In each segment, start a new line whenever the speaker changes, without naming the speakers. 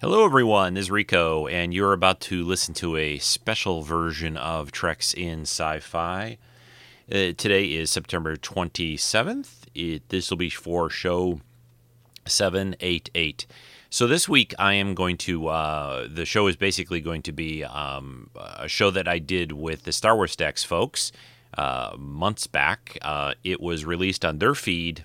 Hello, everyone. This is Rico, and you're about to listen to a special version of Treks in Sci Fi. Uh, today is September 27th. It, this will be for show 788. So, this week I am going to, uh, the show is basically going to be um, a show that I did with the Star Wars Stacks folks uh, months back. Uh, it was released on their feed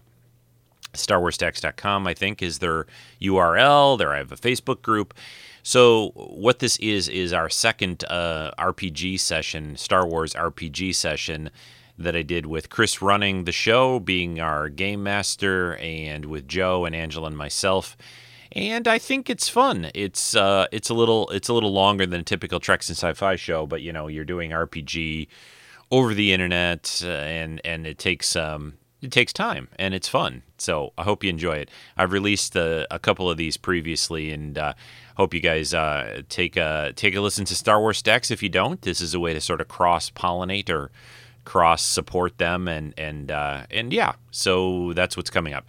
StarWarsTax.com, I think, is their URL. There, I have a Facebook group. So, what this is is our second uh, RPG session, Star Wars RPG session, that I did with Chris running the show, being our game master, and with Joe and Angela and myself. And I think it's fun. It's uh, it's a little it's a little longer than a typical Treks and Sci-Fi show, but you know you're doing RPG over the internet, uh, and and it takes um, it takes time and it's fun. So I hope you enjoy it. I've released uh, a couple of these previously, and uh, hope you guys uh, take a take a listen to Star Wars Stacks. If you don't, this is a way to sort of cross pollinate or cross support them, and and uh, and yeah. So that's what's coming up.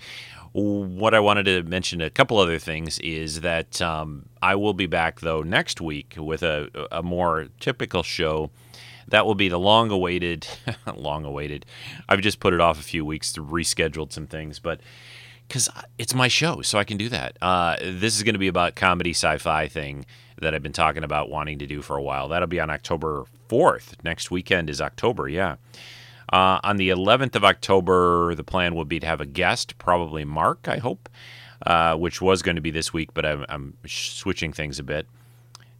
What I wanted to mention a couple other things is that um, I will be back though next week with a a more typical show that will be the long awaited long awaited i've just put it off a few weeks to rescheduled some things but because it's my show so i can do that uh, this is going to be about comedy sci-fi thing that i've been talking about wanting to do for a while that'll be on october 4th next weekend is october yeah uh, on the 11th of october the plan will be to have a guest probably mark i hope uh, which was going to be this week but i'm, I'm switching things a bit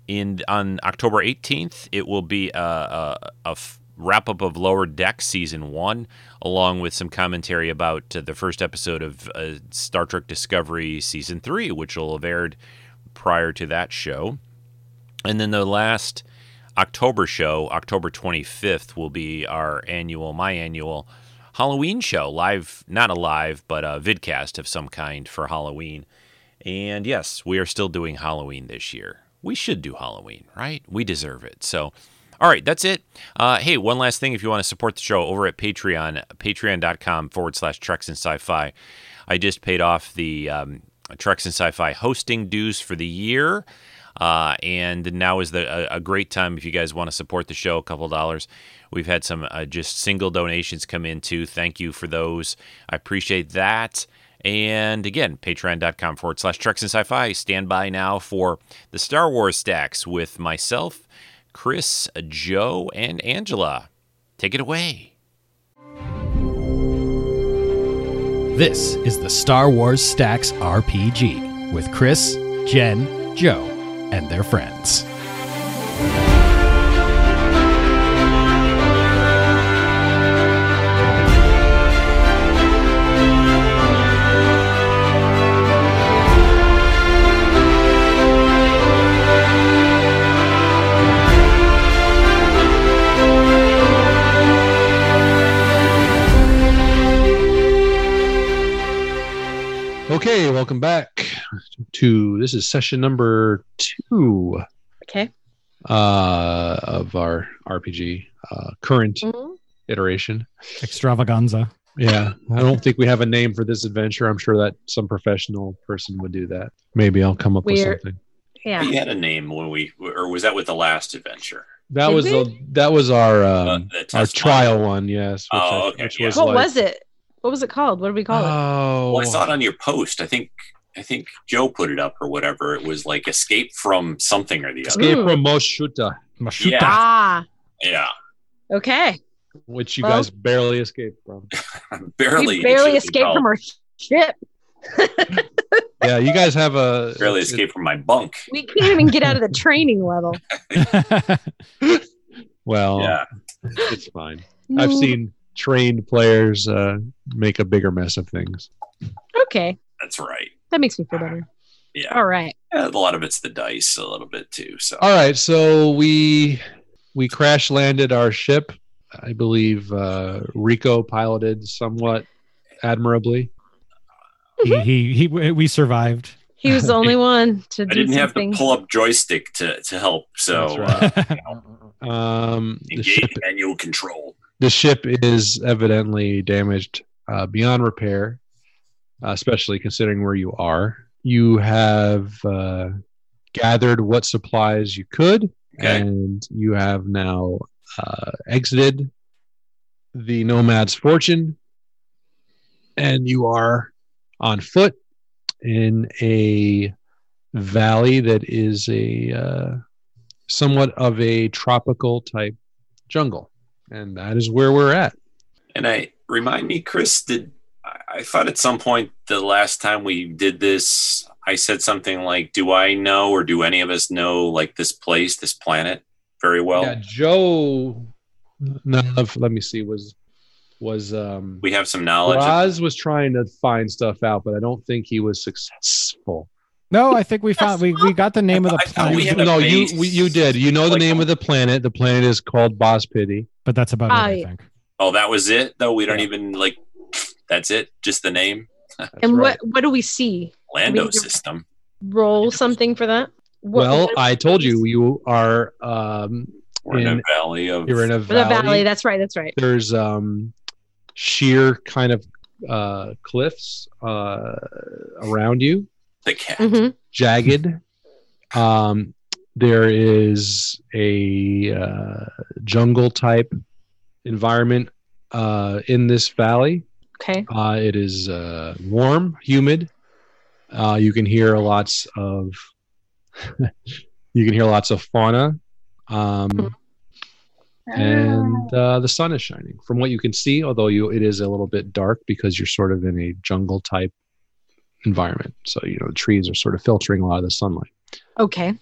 in on October 18th, it will be a, a, a f- wrap up of Lower Deck season one, along with some commentary about uh, the first episode of uh, Star Trek Discovery season three, which will have aired prior to that show. And then the last October show, October 25th, will be our annual, my annual Halloween show, live, not a live, but a vidcast of some kind for Halloween. And yes, we are still doing Halloween this year. We should do Halloween, right? We deserve it. So, all right, that's it. Uh, hey, one last thing if you want to support the show over at Patreon, patreon.com forward slash Treks and Sci Fi. I just paid off the um, Treks and Sci Fi hosting dues for the year. Uh, and now is the a, a great time if you guys want to support the show. A couple dollars. We've had some uh, just single donations come in too. Thank you for those. I appreciate that. And again, patreon.com forward slash treks and sci fi. Stand by now for the Star Wars stacks with myself, Chris, Joe, and Angela. Take it away.
This is the Star Wars Stacks RPG with Chris, Jen, Joe, and their friends.
Okay, welcome back to this is session number two
Okay.
uh, of our RPG uh, current
Mm-hmm.
iteration.
Extravaganza.
Yeah, I don't think we have a name for this adventure. I'm sure that some professional person would do that. Maybe I'll come up
We're-
with something.
Yeah.
We had a name when we, or was that with the last adventure? Uh,
That
Did
was
we?
the that was our um,
the
our
test
trial
one.
one, yes.
Oh, okay, yeah.
What
like-
was it? What was it called? What did we
Uh,
call it?
Oh,
Well, I saw it on your post. I think I think Joe put it up or whatever. It was like escape from something or the other.
Escape
Ooh.
from Moshuta,
Mashuta.
Yeah.
Ah.
Yeah,
Okay.
which you
Well-
guys barely escaped from.
barely. Oh,
we
it
barely
should be
escaped
called.
from our ship.
Yeah, you guys have a
Barely escaped from my bunk.
We can't even get out of the training level.
Well,
Yeah.
it's fine.
Mm,
I've seen trained players uh, make a bigger mess of things.
Okay.
That's right.
That makes me feel better.
Yeah.
All right.
Yeah, a lot of it's the dice, a little bit too. So
All right, so we we crash landed our ship. I believe uh, Rico piloted somewhat admirably.
he, he, he, we survived.
He was the only one to
I
do
didn't have
something.
the pull up joystick to, to help. So
That's right.
uh,
Um, the
engage
ship
manual control.
the ship is evidently damaged uh, beyond repair, uh, especially considering where you are. You have uh, gathered what supplies you could,
Okay.
and you have now uh, exited the nomad's fortune, and you are on foot in a valley that is a uh, somewhat of a tropical type jungle, and that is where we're at.
And I remind me, Chris, did I I thought at some point the last time we did this, I said something like, "Do I know, or do any of us know, like this place, this planet, very well?"
yeah, Joe. None of let me see was was um
We have some knowledge. of-
Raz was trying to find stuff out, but I don't think he was successful.
No, I think we found we, we got the name of the
I thought Oh, we had
planet,
a
no, you
base,
we, you did. You know the
like-
name of the planet. The planet is called Boss Pity.
but that's about it.
Ah,
I
yeah.
think.
oh, that was it. Though we don't even like. That's it. Just the name,
and what what do we see?
Lando
We-
system.
Roll something for that. What,
well,
what-
I told you you are um
We're in,
In-
a valley of.
you're in a
for the
valley.
valley. That's right. That's right.
There's um sheer kind of uh cliffs uh around you.
the cat.
hmm
jagged. Um, there is a uh, jungle type environment uh, in this valley.
Okay.
Uh, it is uh, warm, humid. Uh, you can hear lots of you can hear lots of fauna, um, and uh, the sun is shining from what you can see. Although you, it is a little bit dark because you're sort of in a jungle type environment. So you know the trees are sort of filtering a lot of the sunlight.
Okay.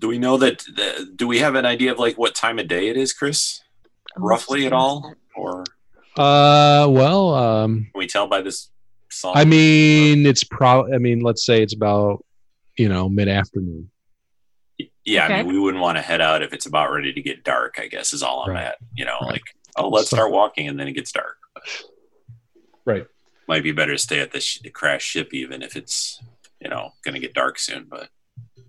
Do we know that? The, do we have an idea of like what time of day it is, Chris?
Oh,
Roughly at all, or
Uh, well, um,
can we tell by this song?
I mean, it's probably. I mean, let's say it's about you know mid afternoon.
Yeah, I
Okay.
mean, we wouldn't want to head out if it's about ready to get dark. I guess is all I'm
Right.
at. You know,
Right.
like oh, let's
So-
start walking, and then it gets dark.
Right.
Might be better to stay at the, sh- the crash ship, even if it's you know going to get dark soon. But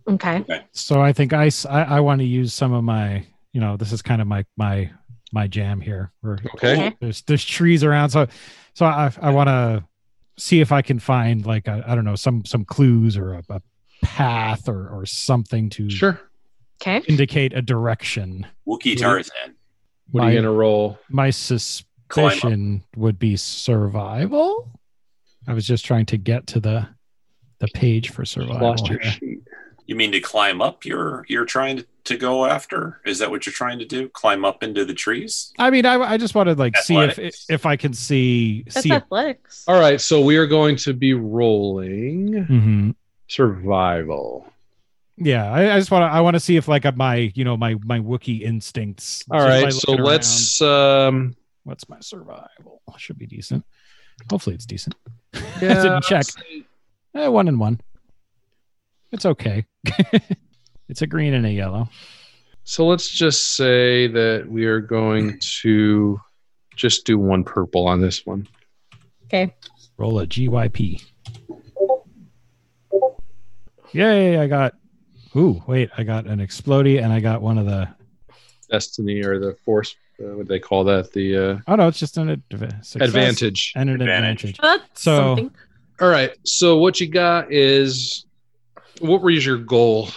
Okay.
So I think I, s- I- I want to use some of my you know this is kind of my my my jam here. We're,
Okay.
Okay.
there's there's trees around, so so I I want to see if I can find like I I don't know some some clues or a, a path or or something to
Sure.
Okay.
indicate a direction.
Wookiee
Mhm.
Tarzan,
What are you
My-
gonna roll?
My
Climb up.
suspicion would be survival. I was just trying to get to the the page for survival.
Lost your
here.
sheet.
you mean to climb up? You're you're trying to, to go after? Is that what you're trying to do? Climb up into the trees?
I mean, I, I just wanted like see if
Athletics.
if I can see
That's
see. if-
athletics.
All right, so we are going to be rolling
Mhm.
survival.
Yeah, I, I just want to. I want to see if like uh, my you know my my Wookie instincts.
All
just by
right, so
looking
let's um
around, what's my survival? Should be decent. Hopefully, it's decent.
yeah,
didn't check. Eh, one and one. It's okay. it's a green and a yellow.
So let's just say that we are going to just do one purple on this one.
Okay.
Roll a GYP. Yay! I got. Ooh, wait! I got an explody, and I got one of the.
Destiny or the force, uh, what they call that, the uh,
Oh no! It's just an adv- success
advantage.
and an
Advantage.
advantage.
That's
So-
something.
All right. So what you got is what was your goal?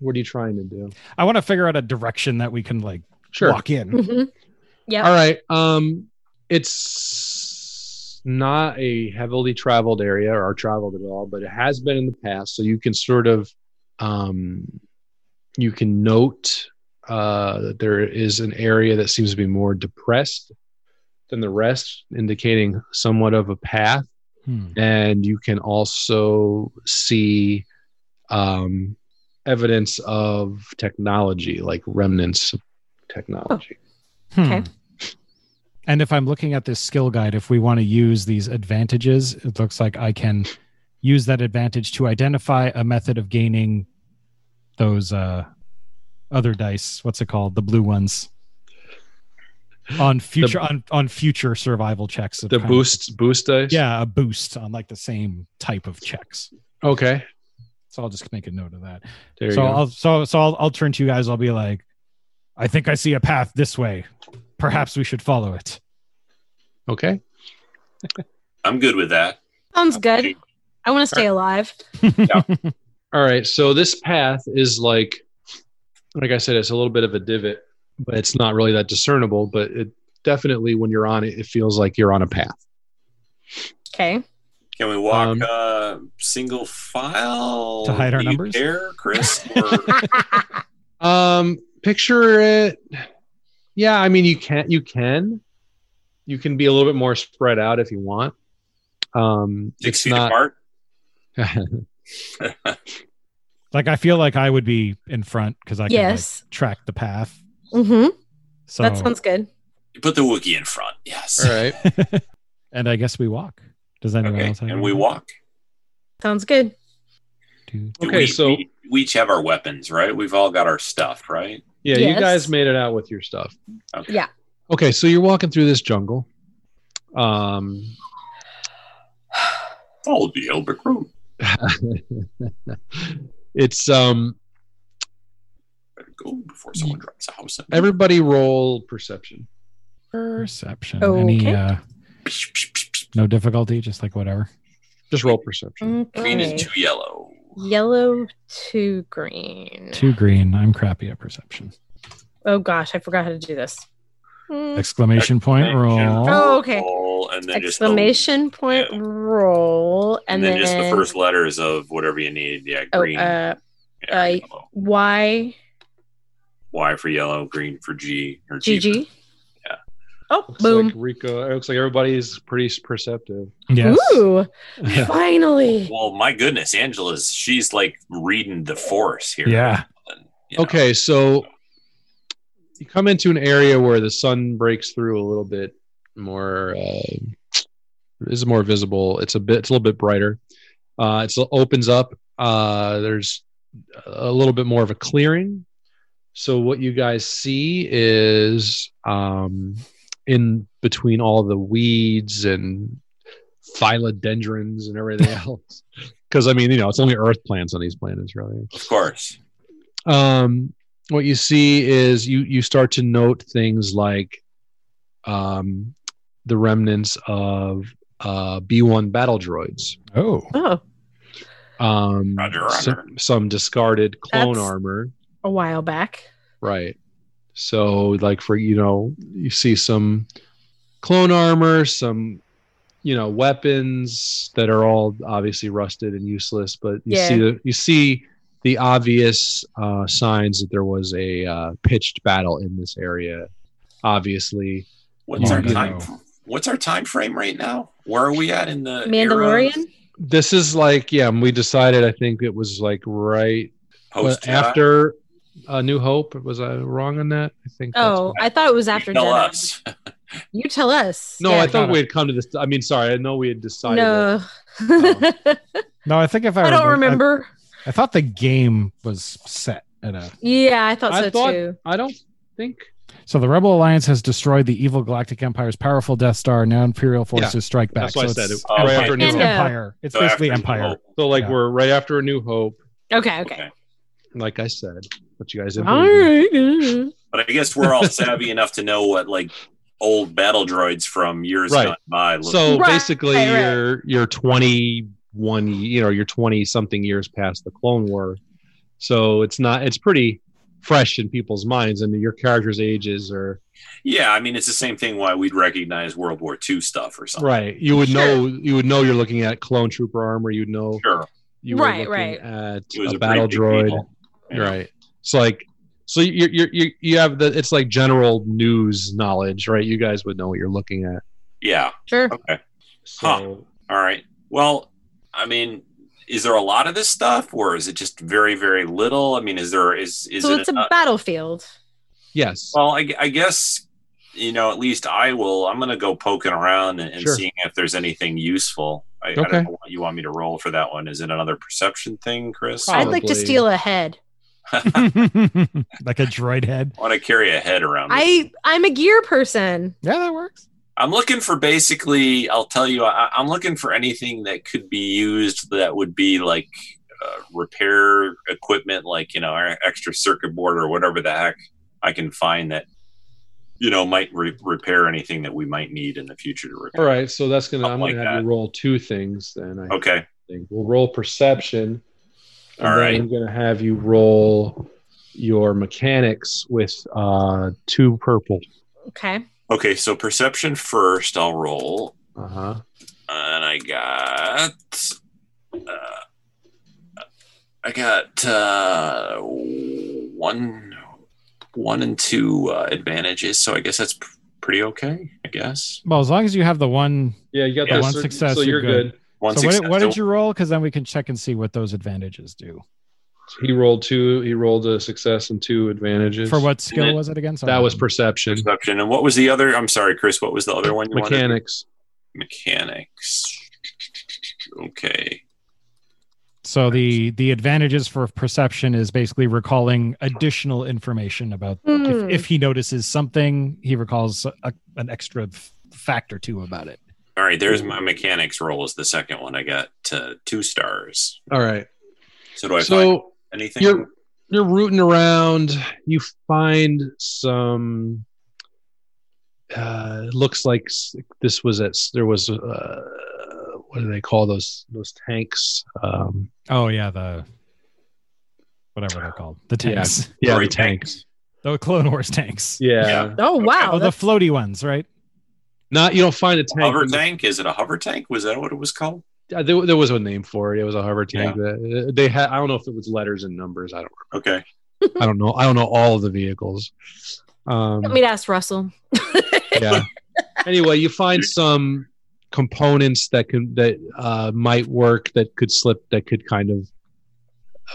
What are you trying to do?
I want to figure out a direction that we can like walk in.
hmm Yeah.
All right. Um it's not a heavily traveled area or traveled at all, but it has been in the past. So you can sort of um you can note uh that there is an area that seems to be more depressed than the rest, indicating somewhat of a path.
Hmm.
and you can also see um, evidence of technology, like remnants of technology.
Okay.
Hmm. And if I'm looking at this skill guide, if we want to use these advantages, it looks like I can use that advantage to identify a method of gaining those uh, other dice. What's it called? The blue ones on future on on future survival checks. of
The
kind of-
boost boost dice.
yeah, a boost on like the same type of checks.
Okay.
So I'll just make a note of that.
There
so
you go.
I'll so so I'll, I'll turn to you guys. I'll be like, I think I see a path this way. Perhaps we should follow it.
okay.
I'm good with that.
Sounds good. I want to stay alive.
All right. So this path is like, like I said, it's a little bit of a divot, but it's not really that discernible. But it definitely, when you're on it, it feels like you're on a path.
Okay.
Can we walk
Um,
uh, single file?
To hide our
Do you
numbers?
care, Chris? Or
Um, picture it. Yeah, I mean, you can, you can, you can be a little bit more spread out if you want. Um,
six
it's
feet
not.
apart?
Like I feel like I would be in front because I can like,
yes.
track the path.
Mm-hmm.
So
That sounds good.
You put the Wookiee in front. Yes.
All right.
and I guess we walk. Does anyone
Okay.
else? have
And
any-
we walk.
Sounds good.
Dude.
Okay,
we,
so-
we, we each have our weapons, right? We've all got our stuff, right?
Yeah,
Yes.
you guys made it out with your stuff.
Okay.
Yeah.
Okay, so you're walking through this jungle. Um,
Follow the Elbrick Road.
it's um,
Better go before someone drops a house. on you.
everybody roll perception.
Perception.
Okay.
Any uh, no difficulty, just like whatever.
Just roll perception.
Green
Okay.
and two yellow.
Yellow to green.
Two green. I'm crappy at perception.
Oh gosh, I forgot how to do this. Mm.
Exclamation point roll.
Oh, okay.
Roll, and then just the-
Exclamation point
yeah.
roll,
and
and,
then, just the first letters of whatever you need. Yeah,
Oh,
green.
uh,
yeah,
I-
yellow.
Y
Y for yellow, green for G, or
G
G. for-
G.
Yeah.
Oh,
Looks
boom.
Like Rico, it looks like everybody's pretty perceptive.
Yes.
Ooh, finally.
Well, my goodness, Angela's she's like reading the force here.
Yeah.
You know?
Okay, so you come into an area where the sun breaks through a little bit more. Uh, is more visible. It's a bit. It's a little bit brighter. Uh, it's- it opens up. Uh, there's a little bit more of a clearing. So what you guys see is um, in between all the weeds and philodendrons and everything else. Because I mean, you know, it's only earth plants on these planets, really
Of course.
um, what you see is you you start to note things like um, the remnants of uh, B1 battle droids,
Oh.
Oh,
um,
Roger, roger.
Some, some discarded clone
That's-
armor,
a while back.
right? So, like for you know, you see some clone armor, some you know weapons that are all obviously rusted and useless, but you
Yeah.
see the you see the obvious uh, signs that there was a uh, pitched battle in this area. Obviously,
What's
Oh,
our
no.
time? What's our time frame right now? Where are we at in the era
Mandalorian.
this is like yeah, we decided. I think it was like right
post Oh, Jedi?
after uh, New Hope. Was I wrong on that? I think. that's
Oh, I thought it was after
You tell
Jedi.
us.
You tell us.
No,
Yeah.
I thought
Got it.
we had come to this. I mean, sorry, I know we had decided. it.
No.
Oh. No, I think if I,
I don't
remem-
remember.
I, I thought the game was set at a.
Yeah, I thought
I
so
thought-
too.
I don't think.
So the Rebel Alliance has destroyed the evil Galactic Empire's powerful Death Star. Now Imperial forces strike back.
That's why I
so
said
it's
it. Right
Empire.
after
It's
New Hope.
Empire. It's
So
basically
after-
Empire.
oh,
So like
Yeah.
we're right after a New Hope,
Okay,
okay.
okay.
like I said, but you guys didn't
All
believe me.
right.
But I guess we're all savvy enough to know what like old battle droids from years
Right.
gone by. Look.
So
Right,
basically,
right, right.
you're you're 21, you know, you're 20 something years past the Clone War, so it's not it's pretty fresh in people's minds, and your characters' ages are
yeah, I mean it's the same thing. Why we'd recognize World War II stuff or something.
right. You would know you would know you're looking at clone trooper armor. You'd know
Sure.
you were
Right,
looking
right.
at
It was
a
a
battle
pretty big
droid.
deal. Yeah.
right it's like so you you you you have the it's like general news knowledge right you guys would know what you're looking at
Yeah.
Sure.
Okay.
so
Huh. All right. Well, I mean, is there a lot of this stuff, or is it just very, very little? I mean, is there is is
So
it?
it's a
enough-
battlefield.
yes
well, I, I guess you know. At least I will. I'm going to go poking around and, and
Sure.
seeing if there's anything useful. I, I
Okay.
don't know what you want me to roll for that one. Is it another perception thing, Chris?
I'd like to
Probably.
steal a head.
like a droid head.
I want to carry a head around.
I I'm a gear person.
Yeah, that works.
I'm looking for basically. I'll tell you. I, I'm looking for anything that could be used that would be like uh, repair equipment, like you know, our extra circuit board or whatever the heck I can find that you know might re- repair anything that we might need in the future to
all
repair.
right so that's gonna i'm
Something
gonna
like
have you roll two things then i
Okay.
think we'll roll perception And
All
then
right.
I'm going to have you roll your mechanics with uh, two purple.
Okay.
Okay, so perception first. I'll roll,
Uh huh.
and I got, uh, I got uh, one, one and two uh, advantages. So I guess that's p- pretty okay. I guess
Well, as long as you have the one.
Yeah, you got
Yeah,
the
one
cer-
success,
So
you're
you're
good.
good.
one
so what, did-
success.
what did
So-
you roll? Because then we can check and see what those advantages do.
He rolled two. He rolled a success and two advantages.
For what skill
then-
was it again? Sorry.
That was perception.
perception? And what was the other? I'm sorry, Chris. What was the other one? You wanted?
Mechanics.
Mechanics. Okay.
So the the advantages for perception is basically recalling additional information about
Hmm.
if, if he notices something, he recalls a, an extra f- fact or two about it.
All right. There's my mechanics roll. Is the second one. I got uh, two stars.
All right.
So do I find
So
anything?
you're you're rooting around. You find some. Uh, it looks like s- this was at s- there was uh, what do they call those those tanks? Um,
Oh yeah, the whatever they're called, the
Yeah.
tanks,
yeah,
Sorry,
the tanks.
the Clone Wars tanks.
Yeah.
Yeah.
Oh wow.
Oh, the
that's-
floaty ones, right?
not you don't find a tank.
hover tank? Is it a hover tank? Was that what it was called?
Uh, There, there was a name for it. It was a hover tank. that- uh, They had I don't know if it was letters and numbers. I don't
Okay.
I don't know. I don't know all of the vehicles. Um,
Want me to ask Russell?
yeah. Anyway, you find some components that can that uh, might work that could slip that could kind of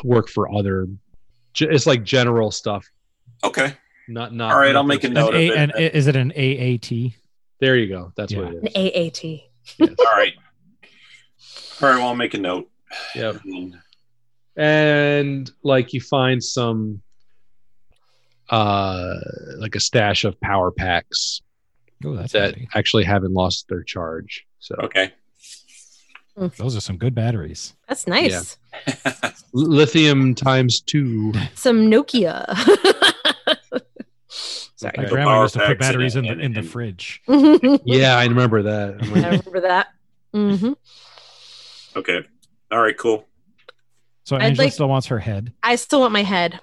work for other. ge- It's like general stuff.
Okay.
Not not.
All right, I'll
not
make a
the-
note.
An
would've
A-
been
an-
better.
is it an AAT?
There you go. That's what
An
it
AAT.
is.
All right. All right. Well, I'll make a note.
Yes. Yep. And like you find some, uh, like a stash of power packs
Oh, that's
that
handy.
actually haven't lost their charge. So
Okay.
Those are some good batteries.
That's nice.
lithium times two.
Some Nokia.
My
Okay.
Sorry.
grandma
Power
used to put
packs and-
batteries in the
and-
in the
and-
fridge.
Yeah, I remember that. I'm
I
like,
remember that. hmm
Okay. All right. Cool.
So
I'd
Angela
like-
still wants her head.
I still want my head.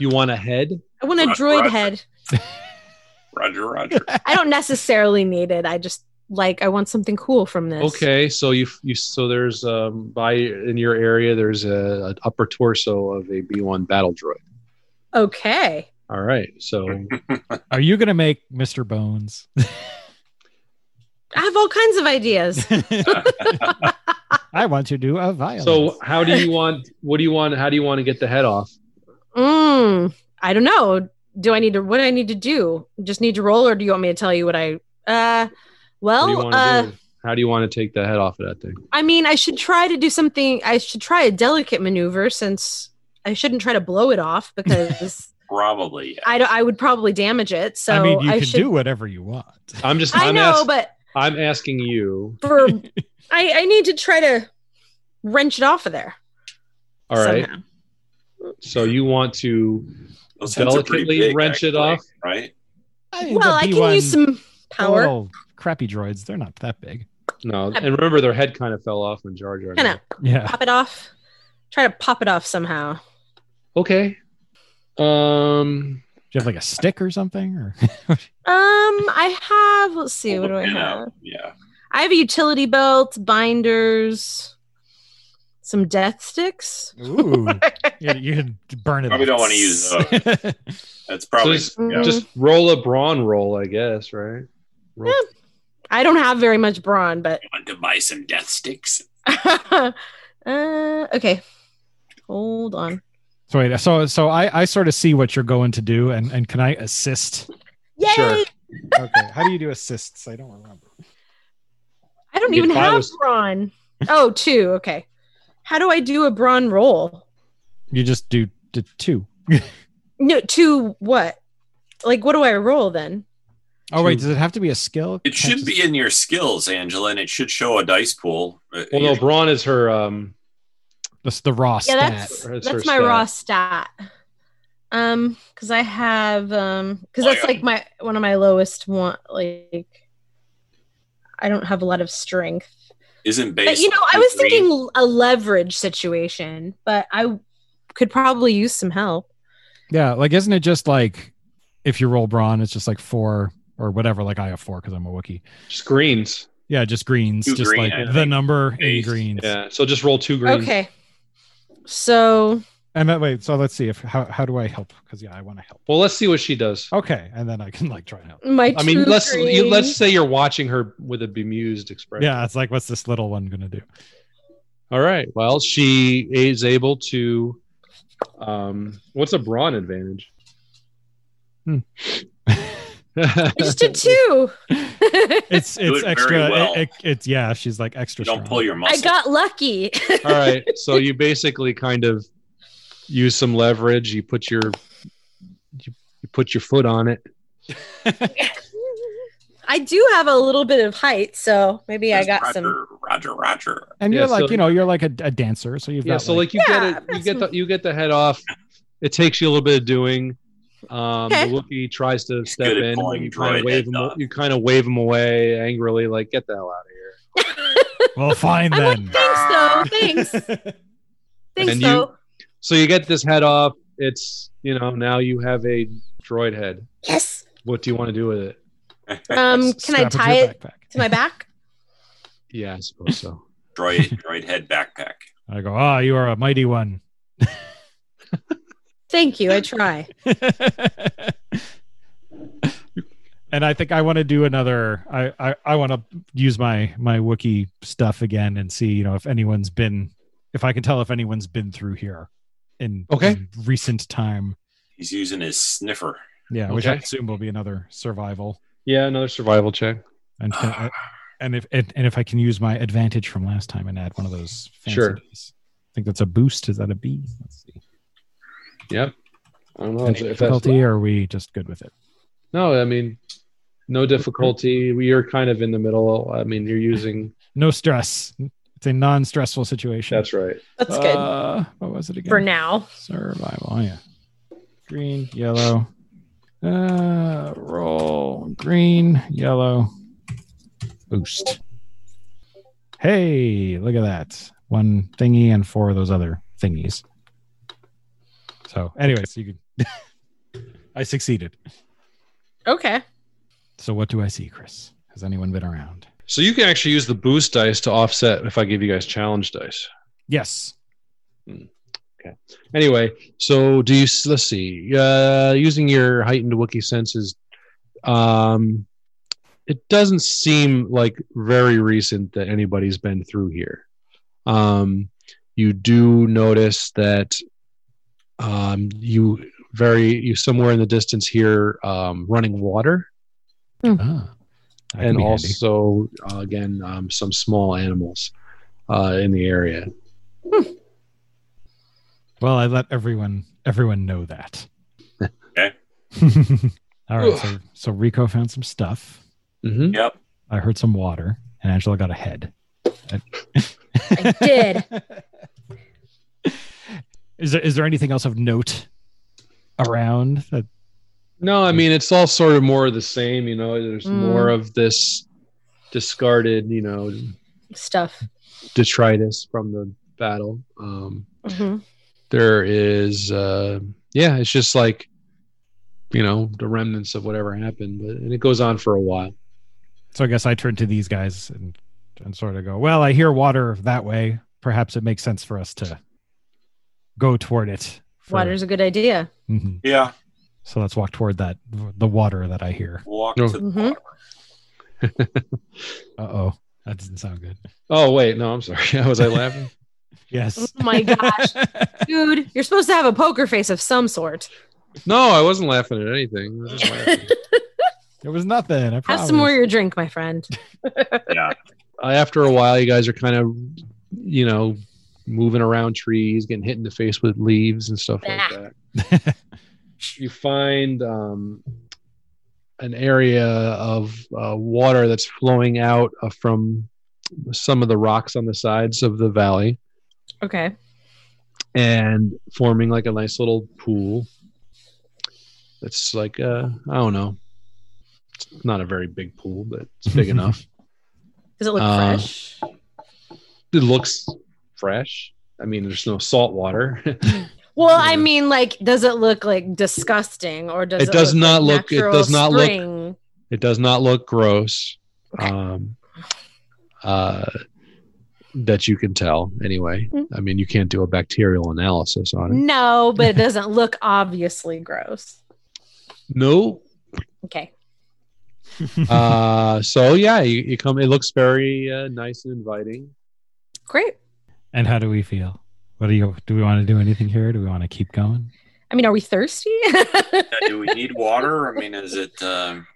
you want a head?
I want a
Ro-
droid
Roger.
head.
Roger. Roger.
I don't necessarily need it. I just like I want something cool from this.
Okay, so you you so there's um by in your area there's a, an upper torso of a B1 battle droid.
Okay.
All right, so
Are you gonna make Mr. Bones?
I have all kinds of ideas.
I want to do a violin.
so how do you want? What do you want? How do you want to get the head off?
Mm, I don't know. Do I need to? What do I need to do? Just need to roll, or do you want me to tell you what I? Uh,
What do you
well,
want to
uh,
do? How do you want to take the head off of that thing?
I mean, I should try to do something. I should try a delicate maneuver since I shouldn't try to blow it off because
Probably. Yeah.
I don't- I would probably damage it. So
I mean, you can
should.
do whatever you want.
I'm just
I
I'm,
know,
ask,
but
I'm asking you.
for I I need to try to wrench it off of there.
All right,
somehow.
so you want to
Those heads are pretty
delicately
big,
wrench it
actually,
off.
Right.
I mean,
Well,
the
I can
B1
use some power.
little crappy droids. They're not that big.
No, and remember their head kind of fell off when Jar Jar.
Kind of
Yeah.
pop it off. Try to pop it off somehow.
Okay. Um.
Do you have like a stick or something? Or
Um, I have. Let's see. What do I
You know,
have?
Yeah.
I have a utility belt, binders, some death sticks.
ooh, you, you can burn it.
Probably don't wanna use
those.
That's probably.
So
yeah.
Just roll a brawn roll, I guess, right? Roll.
I don't have very much brawn, but
I want to buy some death sticks.
uh, okay. Hold on.
so wait, so so I I sort of see what you're going to do, and and can I assist?
Yay!
Sure.
Okay, how do you do assists? I don't remember.
I don't
You
even
can
have
always-
brawn. Oh, two. Okay. How do I do a brawn roll?
You just do, do two.
No, two what? Like, what do I roll then?
Oh wait,
Two.
does it have to be a skill?
It should be in your skills, Angela, and it should show a dice pool. Uh,
Well, no, brawn is her. Um,
That's the raw
Yeah,
stat.
that's
Stat. That's
that's
her
my raw stat. Um, because I have um, because
Oh,
that's
yeah.
like my one of my lowest one. Like, I don't have a lot of strength.
isn't based.
But you know, I
on
was
three.
thinking a leverage situation, but I could probably use some help.
Yeah, like isn't it just like if you roll brawn, it's just like four or whatever. Like I have four because I'm a Wookiee.
Screens.
Yeah, just greens,
Two
just
green, I
like the
think.
number in
Ace,
greens.
Yeah. So just roll two greens.
Okay. So
And that wait, so let's see if how how do I help? Because yeah, I want to help.
Well, let's see what she does.
Okay, and then I can like try and help.
my
I mean,
two
let's you, let's
greens-
say you're watching her with a bemused expression.
Yeah, it's like what's this little one gonna do?
All right. Well, she is able to. Um, what's a brawn advantage?
Hmm.
I just did two.
It's
Do
it's
it very
extra.
well.
It, it- it's yeah. She's like extra.
You don't
strong.
pull your
I
muscle.
got lucky.
All right. So you basically kind of use some leverage. You put your you, you put your foot on it.
I do have a little bit of height, so maybe I
There's
got
Roger,
some.
Roger, Roger.
And
Yeah,
you're like
so-
you know you're like a, a dancer, so you've
Yeah.
got
So
like,
like you
Yeah,
get it. You get the you get the head off. It takes you a little bit of doing. Um,
Okay.
The Wookiee tries to step
good at
in.
pulling
You kind
droid
of wave
heads
him.
off.
You kind of wave him away angrily, like get the hell out of here.
well fine
I wouldn't
then.
think so. Thanks. Thanks,
And you-
though.
So you get this head off. It's you know now you have a droid head.
Yes.
What do you want to do with it?
Um, can I
Strap to
tie
your
it
backpack.
to my back?
Yeah, I suppose so.
Droid, droid head backpack.
I go. Ah, you are a mighty one.
Thank you. I try.
and I think I want to do another. I I, I want to use my my Wookiee stuff again and see you know if anyone's been if I can tell if anyone's been through here in,
Okay.
in recent time.
He's using his sniffer.
Yeah, which I
Okay.
assume will be another survival
yeah, another survival check.
and. can I- and if and, and if I can use my advantage from last time and add one of those fancy
Sure.
dice. I think that's a boost. Is that a B? Let's see.
Yep. I don't know
Any
if if that's-
difficulty, or are we just good with it?
no. I mean, no difficulty. We are kind of in the middle. I mean, you're using.
No stress. It's a non-stressful situation.
That's right.
That's good
Uh, what was it again?
for now.
Survival. Oh, yeah. Green, yellow. Uh, roll green, yellow. Boost. Hey, look at that. One thingy and four of those other thingies. So, anyways, you could. I succeeded.
Okay.
So, what do I see, Chris? Has anyone been around?
So you can actually use the boost dice to offset if I give you guys challenge dice.
Yes.
Anyway, so do you? s- Let's see. Uh, using your heightened Wookiee senses, um, it doesn't seem like very recent that anybody's been through here. Um, you do notice that um, you very you somewhere in the distance here um, running water,
Ah, that could
and
be handy.
also uh, again um, some small animals uh, in the area.
Well, I let everyone everyone know that.
Okay.
All right. So, so Rico found some stuff.
Mm-hmm.
Yep.
I heard some water, and Angela got a head. I,
did.
Is there is there anything else of note around that?
No, I mean it's all sort of more of the same. You know, there's
Mm.
more of this discarded, you know,
Stuff.
detritus from the battle. Um,
Mhm.
there is, uh, yeah, it's just like, you know, the remnants of whatever happened, but and it goes on for a while.
So I guess I turn to these guys and and sort of go, well, I hear water that way. Perhaps it makes sense for us to go toward it. for-
Water's a good idea.
Mhm.
Yeah.
So let's walk toward that the water that I hear.
Walk
No.
to the
Mhm.
water.
Uh oh, that doesn't sound good.
Oh wait, no, I'm sorry. Was I laughing?
Yes.
Oh my gosh. Dude, you're supposed to have a poker face of some sort.
no, I wasn't laughing at anything. I was just laughing.
there was nothing. I promise.
Have some more of your drink, my friend.
Uh, After a while, you guys are kind of, you know, moving around trees, getting hit in the face with leaves and stuff like
Ah.
that. you find um, an area of uh, water that's flowing out uh, from some of the rocks on the sides of the valley
Okay.
and forming like a nice little pool. It's like uh, I don't know. It's not a very big pool, but it's big enough.
Does it look
Uh,
fresh?
it looks fresh. I mean, there's no salt water.
Well, I
Yeah.
mean, like, does it look like disgusting, or does
It
it,
does not look- it
natural
does not look-
spring?
it does not look gross.
Okay.
Um, uh, that you can tell anyway.
Mm.
I mean, you can't do a bacterial analysis on it.
No, but it doesn't look obviously gross.
No.
Okay.
Uh, so yeah, you, you come. It looks very uh, nice and inviting.
Great.
And how do we feel? What do you do? We want to do anything here? Do we want to keep going?
I mean, are we thirsty?
Yeah, do we need water? I mean, is it? Um,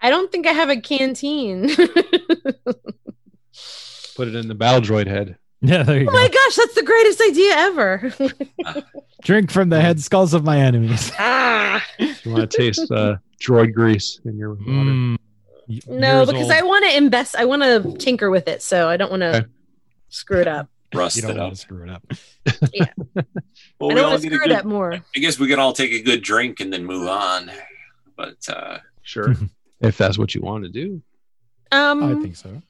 I don't think I have a canteen. Oh
Put it in the battle droid head.
Yeah, there you
Oh
go.
my gosh, that's the greatest idea ever.
Drink from the head skulls of my enemies.
ah,
You want to taste uh, droid grease in your water.
Mm.
no, because I want to invest, I want to tinker with it, so I don't want to
Okay.
screw it up.
rust
you
it
don't want
up.
to screw it up.
Well, we
I don't
all
want to
get a
screw it
good.
up more.
I guess we can all take a good drink and then move on. But uh,
Sure, if that's what you want to do.
Um,
I think so.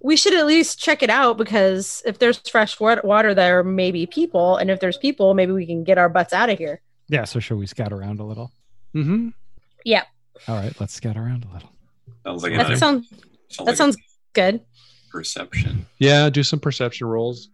we should at least check it out because if there's fresh wa- water there may be people and if there's people maybe we can get our butts out of here
Yeah. So shall we scout around a little?
Mm-hmm.
All right, let's scout around a little.
sounds like
that
another.
sounds
sounds like
that sounds good
a perception.
Yeah, do some perception rolls.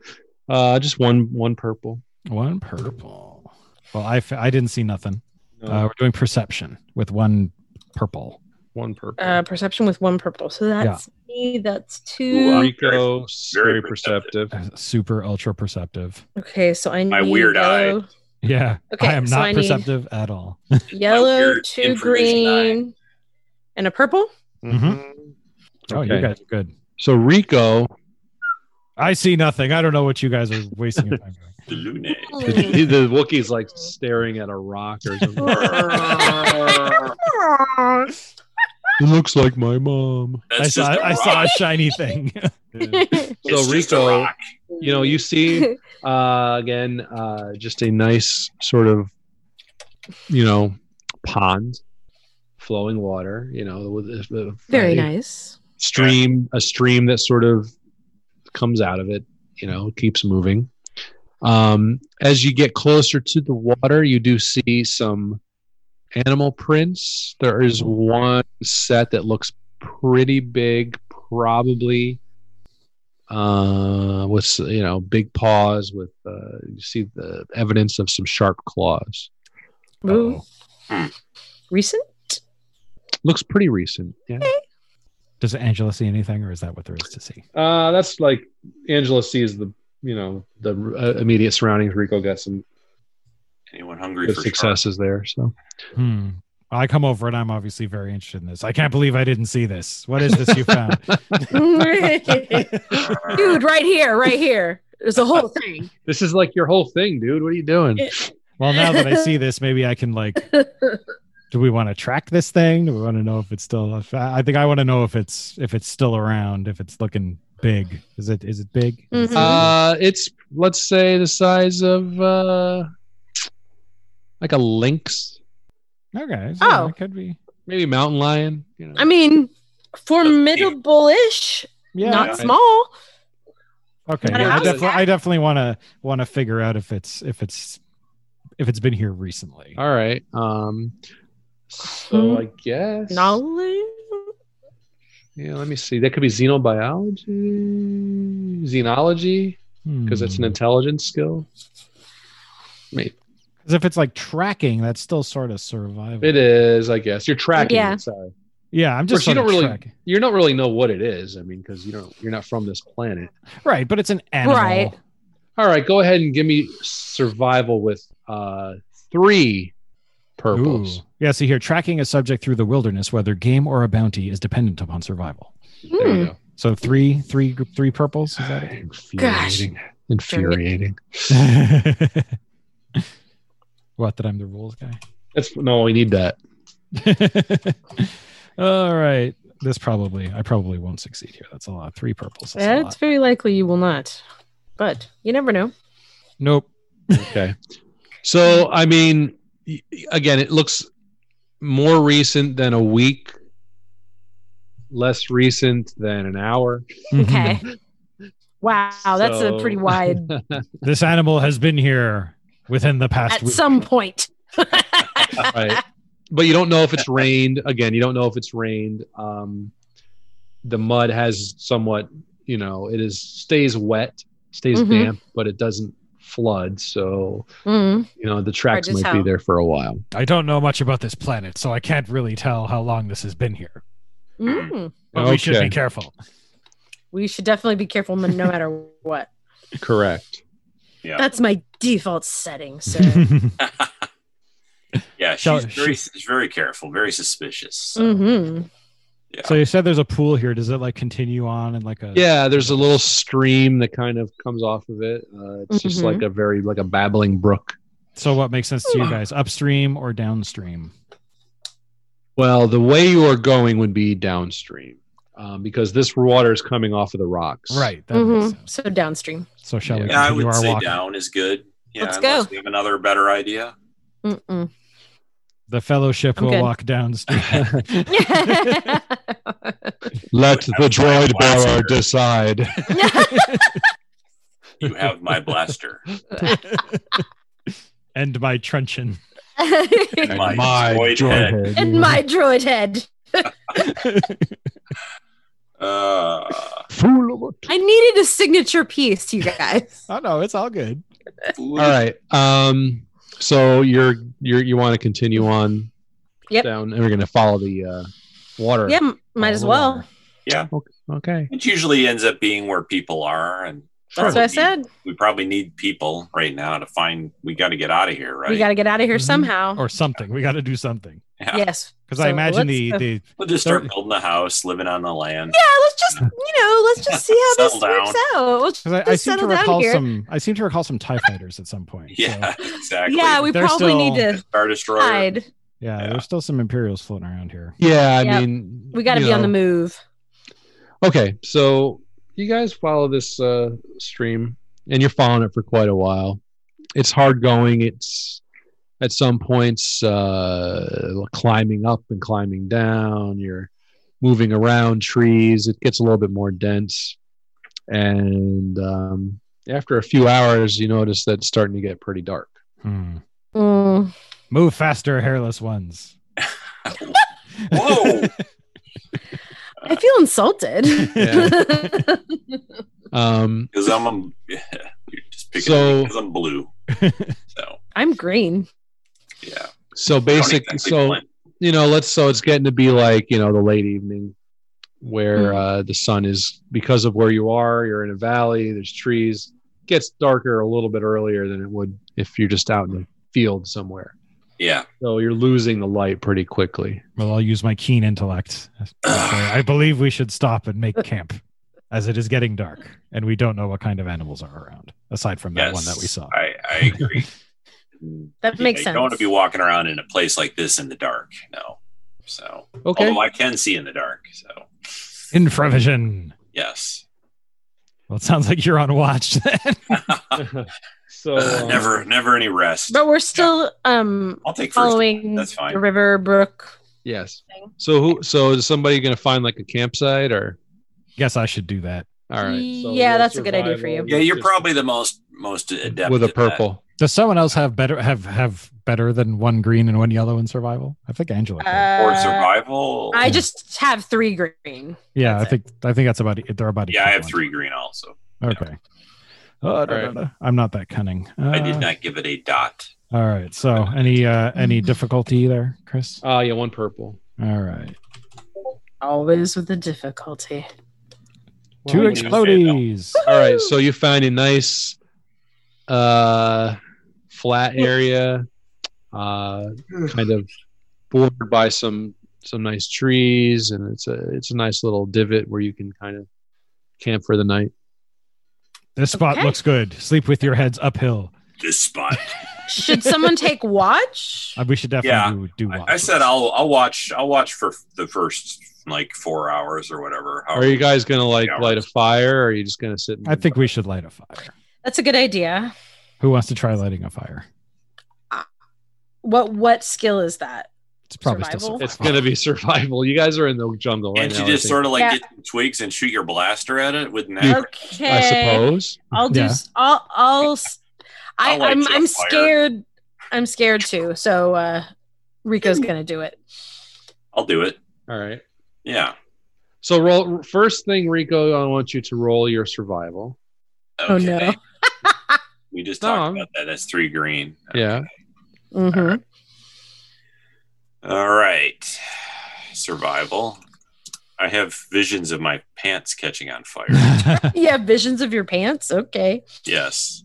Uh, just one one purple.
One purple. Well, I f- I didn't see nothing.
No,
Uh, we're doing perception with one purple.
one purple.
uh, perception with one purple so that's me that's
Ooh,
two
I'm
Rico,
very
very perceptive.
Uh, Super ultra perceptive.
okay so i need
My weird eye.
yellow,
Yeah.
Okay,
I am
so
not
I need-
perceptive at all.
yellow
weird
two
information eye.
green and a purple
Mm-hmm.
Oh, you
Okay.
guys are good.
So Rico,
I see nothing. I don't know what you guys are wasting your time doing.
The Lune.
the, the Wookiee's like staring at a rock or something. it looks like my mom.
That's
I
just
saw
a
I
rock.
saw a shiny thing.
Yeah.
It's
So
just a
Rico,
rock.
you know, you see uh, again uh, just a nice sort of, you know, pond, flowing water. You know, with a,
very nice
stream a stream that sort of comes out of it you know keeps moving um as you get closer to the water you do see some animal prints there is one set that looks pretty big probably uh with you know big paws with uh you see the evidence of some sharp claws
Ooh,
Uh-oh.
recent
looks pretty recent yeah
Does Angela see anything, or is that what there is to see?
Uh, that's like Angela sees the you know the uh, immediate surroundings. Rico got some
Anyone hungry
good
for
successes there. So
Hmm. I come over and I'm obviously very interested in this. I can't believe I didn't see this. What is this you found?
dude
shark?
right here right here there's a whole thing
this is like your whole thing, dude. What are you doing?
Well, now that I see this, maybe I can like. Do we want to track this thing? Do we want to know if it's still? If, I I think I want to know if it's if it's still around. If it's looking big, is it is it big?
Mhm.
Uh, it's let's say the size of uh, like a lynx,
Okay. So
Oh.
it could be.
maybe mountain lion. You know.
I mean, formidable-ish,
Yeah.
not
Yeah.
small.
okay.
not
a
yeah, I,
house
defi-
cat.
I definitely want to want to figure out if it's if it's if it's been here recently.
All right. Um, so
Hmm.
I guess
Knowledge.
Yeah, let me see. That could be xenobiology, xenology, because
Hmm.
it's an intelligence skill. Wait,
Because if it's like tracking, that's still sort of survival.
It is, I guess. You're tracking.
Yeah.
Yeah. Sorry.
Yeah, I'm just
course, you
sort of
don't really-
tracking.
You don't really know what it is. I mean, because you don't. You're not from this planet.
right, but it's an animal.
Right.
All right, go ahead and give me survival with uh three purples.
Ooh. Yeah, see here, tracking a subject through the wilderness, whether game or a bounty, is dependent upon survival.
There
Hmm.
you go.
So three, three, three purples. Is that it?
Infuriating. Infuriating.
what? That I'm the rules guy.
That's no. We need that.
All right. This probably, I probably won't succeed here. That's a lot. Three purples. That's a
That's
lot.
very likely you will not, but you never know.
Nope.
Okay. so I mean, y- again, it looks more recent than a week, less recent than an hour.
Okay. Wow, that's a pretty
So-
wide
This animal has been here within the past
at
week.
some point.
right. But you don't know if it's rained. Again, you don't know if it's rained. Um, the mud has somewhat, you know, it is stays wet, stays
Mhm.
damp, but it doesn't flood. So
Mm.
you know the tracks
Hard
might
to
be
tell.
there for a while.
I don't know much about this planet, so I can't really tell how long this has been here.
Mm.
But we should
Okay.
be careful.
We should definitely be careful no matter what.
Correct.
Yeah.
That's my default setting, sir.
yeah, she's
So
very she's very careful, very suspicious. So,
hmm
yeah.
so you said there's a pool here. Does it like continue on and like a
Yeah, there's a little stream that kind of comes off of it. Uh, it's just
Mhm.
like a very like a babbling brook.
So what makes sense to you guys, upstream or downstream?
Well, the way you are going would be downstream um, because this water is coming off of the rocks.
Right. That makes
hmm
sense.
So downstream.
So shall we
yeah, I
continue
would
our
say
walk?
down is good. Yeah,
Let's
unless
go.
You have another better idea.
Mm-mm.
The fellowship
I'm
will
good.
walk downstream.
Let
the droid bearer
decide.
You have my blaster.
and my truncheon.
And my, droid head.
and my droid head.
Uh,
Fool.
I needed a signature piece, you guys.
Oh no, it's all good.
All right. Um, so you're you're you want to continue on
Yep.
down, and we're gonna follow the uh, water.
Yeah, m- might as well.
Okay.
It usually ends up being where people are, and
That's what I said.
We probably need people right now to find. We got to get out of here, right?
We got to get out of here
Mhm.
somehow.
Or something. We got to do something
yeah.
Yes.
because
So
I imagine the,
let's- uh,
the
We'll just start
Thirty-
building a house, living on the land.
Yeah, let's just you know, let's just see how this
Settle down.
works out. Let's
because
just
I, I seem to
settle down
recall
here.
some I seem to recall some Tie fighters at some point. so-
Yeah, exactly.
yeah, we
They're
probably
still-
need to
Star destroyer.
hide.
yeah,
Yeah.
There's still some Imperials floating around here.
Yeah, I
Yep.
mean,
We got to
you
be on
know.
the move.
Okay, so you guys follow this uh, stream, and you're following it for quite a while. It's hard going. It's at some points uh, climbing up and climbing down. You're moving around trees. It gets a little bit more dense, and um, after a few hours, you notice that it's starting to get pretty dark.
Hmm.
Uh,
Mm.
Move faster, hairless ones.
Whoa!
I feel insulted.
Yeah. Um,
Because I'm a, you're just picking
So-
because I'm blue. so
I'm green.
yeah,
so basic.
Don't exactly
so.
blend.
you know, let's so it's getting to be like, you know, the late evening where
Mm.
uh, the sun is because of where you are, you're in a valley, there's trees, gets darker a little bit earlier than it would if you're just out in the field somewhere.
yeah,
So you're losing the light pretty quickly.
Well, I'll use my keen intellect. I believe we should stop and make camp, as it is getting dark, and we don't know what kind of animals are around, aside from that
yes,
one that we saw.
I, I agree.
That
Yeah,
makes
You don't want to
sense.
be walking around in a place like this in the dark. No. So
Okay.
although I can see in the dark. So
Infravision.
yes.
Well, it sounds like you're on watch. Then.
so um,
Uh, never never any rest.
But we're still um
I'll take first.
following
That's fine.
the river brook.
Yes.
Thing.
So who so is somebody going to find like a campsite or
Guess I should do that.
all right. So
Yeah,
roll
that's a good idea for
survival,
Yeah, you're
just-
probably the most most adept
with a
at that.
purple.
Does someone else have better have have better than one green and one yellow in survival? I think Angela. did.
Or
Uh,
survival.
I just have three green.
yeah, I
that's
think I think that's about it. They're about
yeah, I have
equivalent.
three green also.
Okay. Oh, no, no,
Alright.
no. I'm not that cunning.
I did
Uh,
not give it a dot.
All right. So any uh any difficulty there, Chris?
Oh, yeah, one purple.
All right.
Always with the difficulty.
Two
Well,
explodies.
All right, so you find a nice uh, flat area, uh, kind of bordered by some some nice trees, and it's a it's a nice little divot where you can kind of camp for the night.
This spot
Okay.
looks good. Sleep with your heads uphill.
This spot.
Should someone take watch?
Uh, We should definitely
Yeah.
do, do watch.
I, I said
this.
I'll I'll watch I'll watch for the first like four hours or whatever.
Are you guys gonna like
Yeah.
light a fire, or are you just gonna sit? And
I think we should light a fire.
That's a good idea.
Who wants to try lighting a fire?
What what skill is that?
It's probably still
Survival?
survival.
It's gonna be survival. You guys are in the jungle right
Can't
now.
you
I
just
think.
sort of like
Yeah.
get some twigs and shoot your blaster at it? Wouldn't that?
Okay.
I suppose.
I'll do.
Yeah.
s- I'll. I'll. s- I,
I'll light
am
you a
I'm
fire.
scared. I'm scared too. So uh, Rico's gonna do it.
I'll do it.
All right.
Yeah.
So roll first thing, Rico. I want you to roll your survival.
Oh, no.
we just
No,
talked
I'm-
about that. That's three green.
Yeah.
hmm
All right. Survival. I have visions of my pants catching on fire.
You have visions of your pants. Okay.
yes.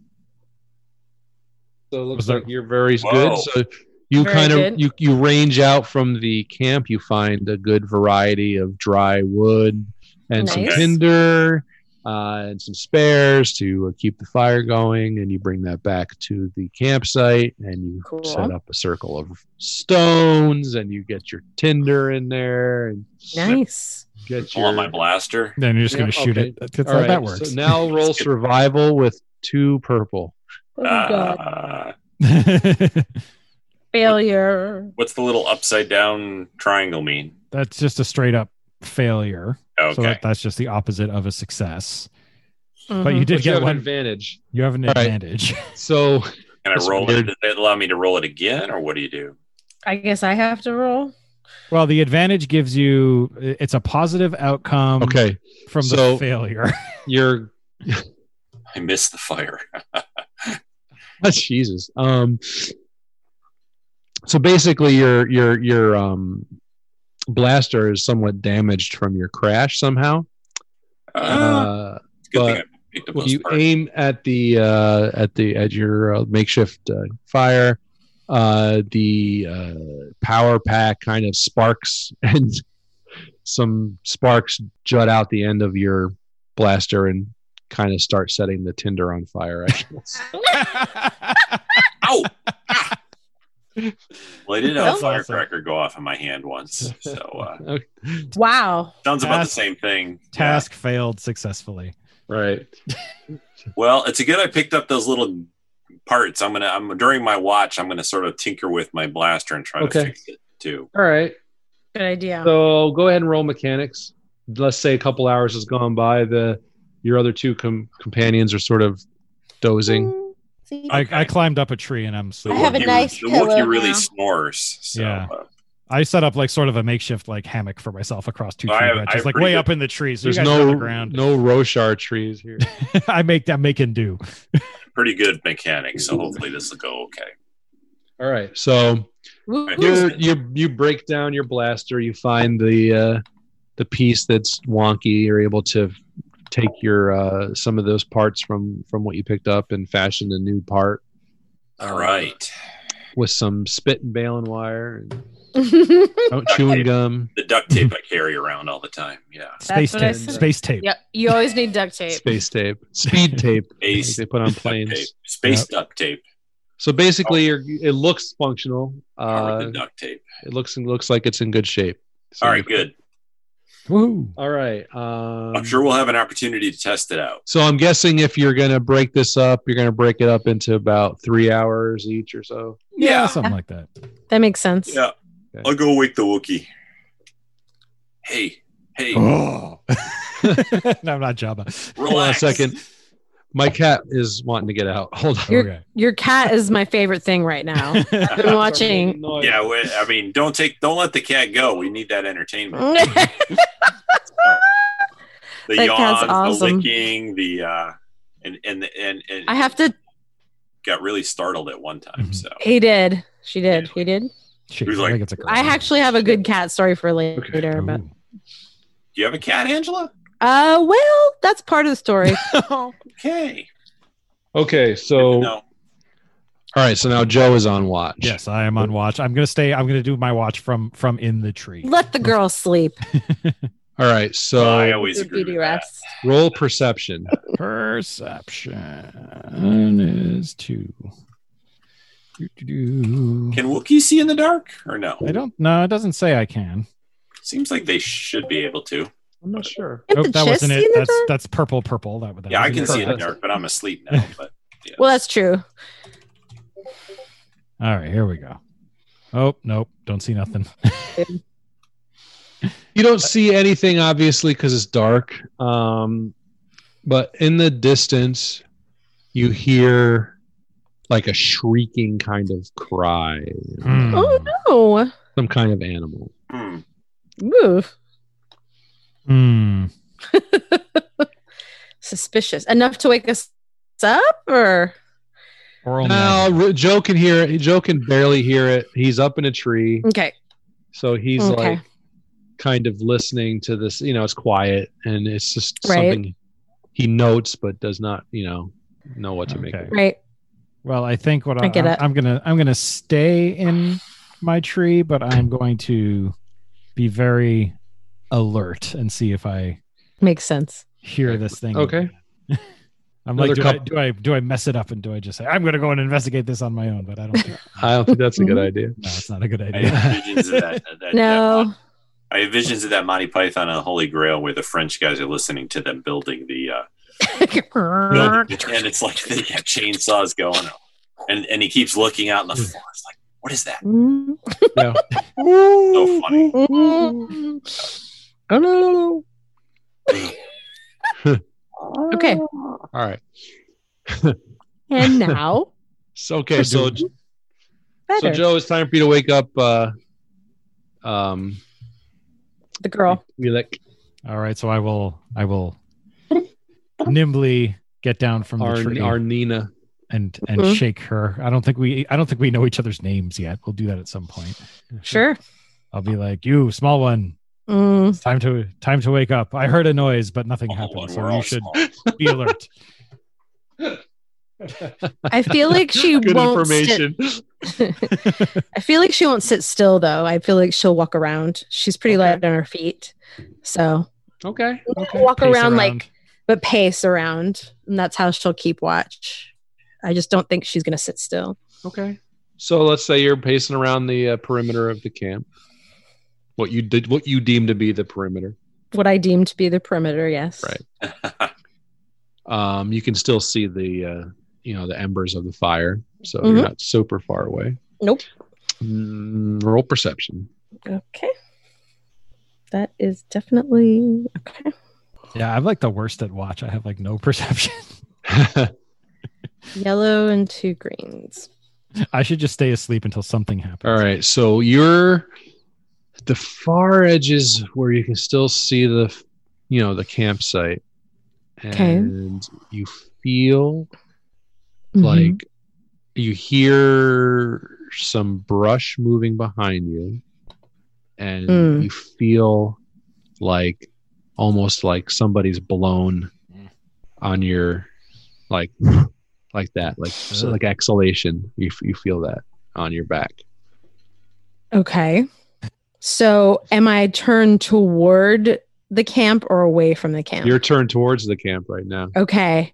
So it looks
Was there-
like you're very
Whoa.
good. So you
Very
kind of
good.
you you range out from the camp. You find a good variety of dry wood and some
Nice.
tinder uh, and some spares to uh, keep the fire going. And you bring that back to the campsite and you
Cool.
set up a circle of stones and you get your tinder in there and
Nice.
get
Pull out
your
my blaster.
Then you're just
Yeah,
going to shoot
okay.
it. That's how
All right,
that works.
So now roll survival with two purple.
Oh my God.
Uh,
Failure.
what's the little upside down triangle mean?
that's just a straight up failure.
Okay.
So that, that's just the opposite of a success. But you
Mhm.
did
But you
get
have
one.
advantage.
You have an
All right.
advantage.
So
Can I
That's
roll
weird.
it? Does it allow me to roll it again, or what do you do?
Mm-hmm. I guess I have to roll.
Well, the advantage gives you it's a positive outcome
okay,
from
so-
the failure.
you're
I missed the fire.
Jesus. Um, so basically, your your your um, blaster is somewhat damaged from your crash somehow.
Uh,
Uh,
it's a good
but
thing I picked up
Well,
those
you
parts.
aim at the uh, at the at your uh, makeshift uh, fire. Uh, the uh, power pack kind of sparks, and some sparks jut out the end of your blaster and kind of start setting the tinder on fire. I guess.
Ow! Ah! well, I did have a
That's awesome.
firecracker go off in my hand once, so uh,
Okay.
Wow.
sounds about the
Task-
same thing. Yeah.
Task failed successfully.
Right.
Well, it's a good I picked up those little parts. I'm gonna I'm during my watch, I'm gonna sort of tinker with my blaster and try
Okay.
to fix it too.
All right.
Good idea.
So go ahead and roll mechanics. Let's say a couple hours has gone by. The your other two com- companions are sort of dozing.
See,
I,
I,
I climbed up a tree and I'm
The
I have
sleeping.
a
Wookiee-
nice
the
pillow
Wookiee really
now.
snores. So
Yeah.
uh,
I set up like sort of a makeshift like hammock for myself across two
I
tree
have- I
branches,
have
like
pretty
way
good-
up in the trees. So
There's
you guys are on
no
the ground.
no Roshar trees here.
I make that make and do.
pretty good mechanic, so hopefully this will go okay.
All right. So
Woo-
I
you you you break down your blaster. You find the uh, the piece that's wonky. You're able to take your uh, some of those parts from from what you picked up and fashion a new part
All right.
with some spit and baling wire and
woo.
oh, chewing gum,
The duct tape I carry around all the time. Yeah.
Space
what I
tape.
said.
Space tape.
yep. You always need duct tape.
space tape, speed tape. like
Space
they put on
duct tape.
planes.
Space duct tape.
So basically, you're, it looks functional.
Or with
Uh,
Oh. the duct tape.
it looks and looks like it's in good shape. So
All right,
you're-
good.
Woohoo.
All right. Um,
I'm sure we'll have an opportunity to test it out.
So I'm guessing if you're gonna break this up, you're gonna break it up into about three hours each or so.
Yeah, something like that.
That makes sense.
Yeah.
Okay.
I'll go wake the Wookiee. Hey, hey,
Oh. no, I'm not Jabba.
Hold on a
relax.
second. My cat is wanting to get out. Hold on.
You're- Your cat is my favorite thing right now.
Okay.
I've been watching.
Yeah, we, I mean, don't take, don't let the cat go. We need that entertainment.
That's
The
That cat's
yawns, the
awesome.
licking, the uh, and and and, and
I have to.
got really startled at one time.
Mhm.
So
He did. She did. He did.
Shit,
Who's
I
like-
think it's a girl.
I actually have a good cat story for later,
Ooh.
but
do you have a cat, Angela?
uh, well, that's part of the story.
Okay.
Okay.
Oh,
So all
no.
right. So now Joe is on watch.
Yes, I am on watch. I'm gonna stay. I'm gonna do my watch from from in the tree.
Let the girl sleep.
All right.
I
So
always
Good
agree.
beauty
with that.
rest.
roll perception.
Perception is two. Doo-doo-doo.
Can Wookiee see in the dark or no?
I don't. No, it doesn't say I can.
Seems like they should be able to.
I'm not sure.
Get
Oh,
the
that
chest
wasn't
in
it.
the
That's
dark.
that's purple, purple. That, that
Yeah, I
wasn't
can
it.
see in the dark, but I'm asleep now. But
Well, that's true.
All right, here we go. Oh, nope. Don't see nothing.
You don't see anything obviously because it's dark. Um, but in the distance, you hear like a shrieking kind of cry,
Oh no!
some kind of animal.
Hmm.
Move.
Hmm.
Suspicious enough to wake us up, or
Oral
Now
magic.
R- Joe can hear it. Joe can barely hear it. He's up in a tree,
okay.
so he's
Okay.
like kind of listening to this. You know, it's quiet and it's just
Right.
something he notes but does not, you know, know what to make.
Okay.
of it.
Right.
Well, I think what I,
I get
am
it.
I'm gonna I'm gonna stay in my tree, but I'm going to be very alert and see if I
Makes sense.
hear this thing.
Okay.
again. I'm like,
Another
do I,
couple-
do I do I mess it up and do I just say I'm gonna go and investigate this on my own? But I don't. Think,
I don't think that's a good idea.
Mm-hmm.
no, it's not a good
I
idea.
have visions of that.
Uh,
that- that-
No.
I have visions of that Monty Python and the Holy Grail where the French guys are listening to them building the, uh, building the- and it's like they have chainsaws going on. And, and he keeps looking out in
Hmm.
the floor. It's like, what is that?
Mm.
Yeah.
So funny.
Oh, no, no, no.
okay.
All right.
And now
So okay, so so
better.
Joe, it's time for you to wake up. Uh, um,
the girl.
you like
All right, so I will I will nimbly get down from the
our,
tree
our Nina.
and and
Mhm.
shake her. I don't think we I don't think we know each other's names yet. We'll do that at some point.
Sure.
I'll be like, "You small one,
Mm.
it's time to time to wake up. I heard a noise, but nothing
Oh,
happened.
and
So
we're
you
all
should
small.
be alert."
I feel like she
Good
won't. Sit,
information.
I feel like she won't sit still though. I feel like she'll walk around. She's pretty light on her feet, so
Okay. Okay.
walk
Pace
around like but pace around, and that's how she'll keep watch. I just don't think she's gonna sit still.
Okay. So let's say you're pacing around the uh, perimeter of the camp. What you did, what you deem to be the perimeter.
What I deem to be the perimeter, yes.
Right. Um, you can still see the, uh, you know, the embers of the fire, so
Mhm.
you're not super far away.
Nope.
Mm, roll perception.
Okay. That is definitely okay.
yeah, I'm like the worst at watch. I have like no perception.
Yellow and two greens.
I should just stay asleep until something happens.
All right, so you're the far edges where you can still see the, you know, the campsite,
Okay.
and you feel
Mhm.
like you hear some brush moving behind you, and
Mm.
you feel like almost like somebody's blown on your, like, like that, like so
Ugh.
like exhalation. You f- you feel that on your back.
Okay. So am I turned toward the camp or away from the camp?
You're turned towards the camp right now.
okay.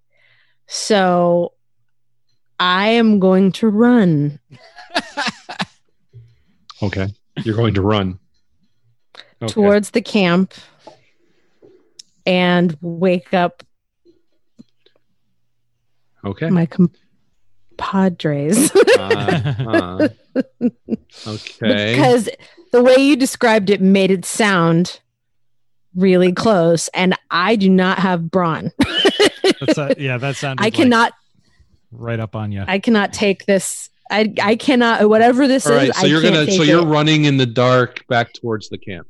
So I am going to run.
Okay. You're going to run. Okay.
towards the camp and wake up
okay.
my compadres
Uh-huh. okay.
because the way you described it made it sound really close and i do not have brawn
That's a, yeah, that sounded.
i
like,
cannot
right up on you.
i cannot take this i i cannot whatever this
All right.
is
So you're
I can't
gonna.
take
So you're
it,
running in the dark back towards the camp.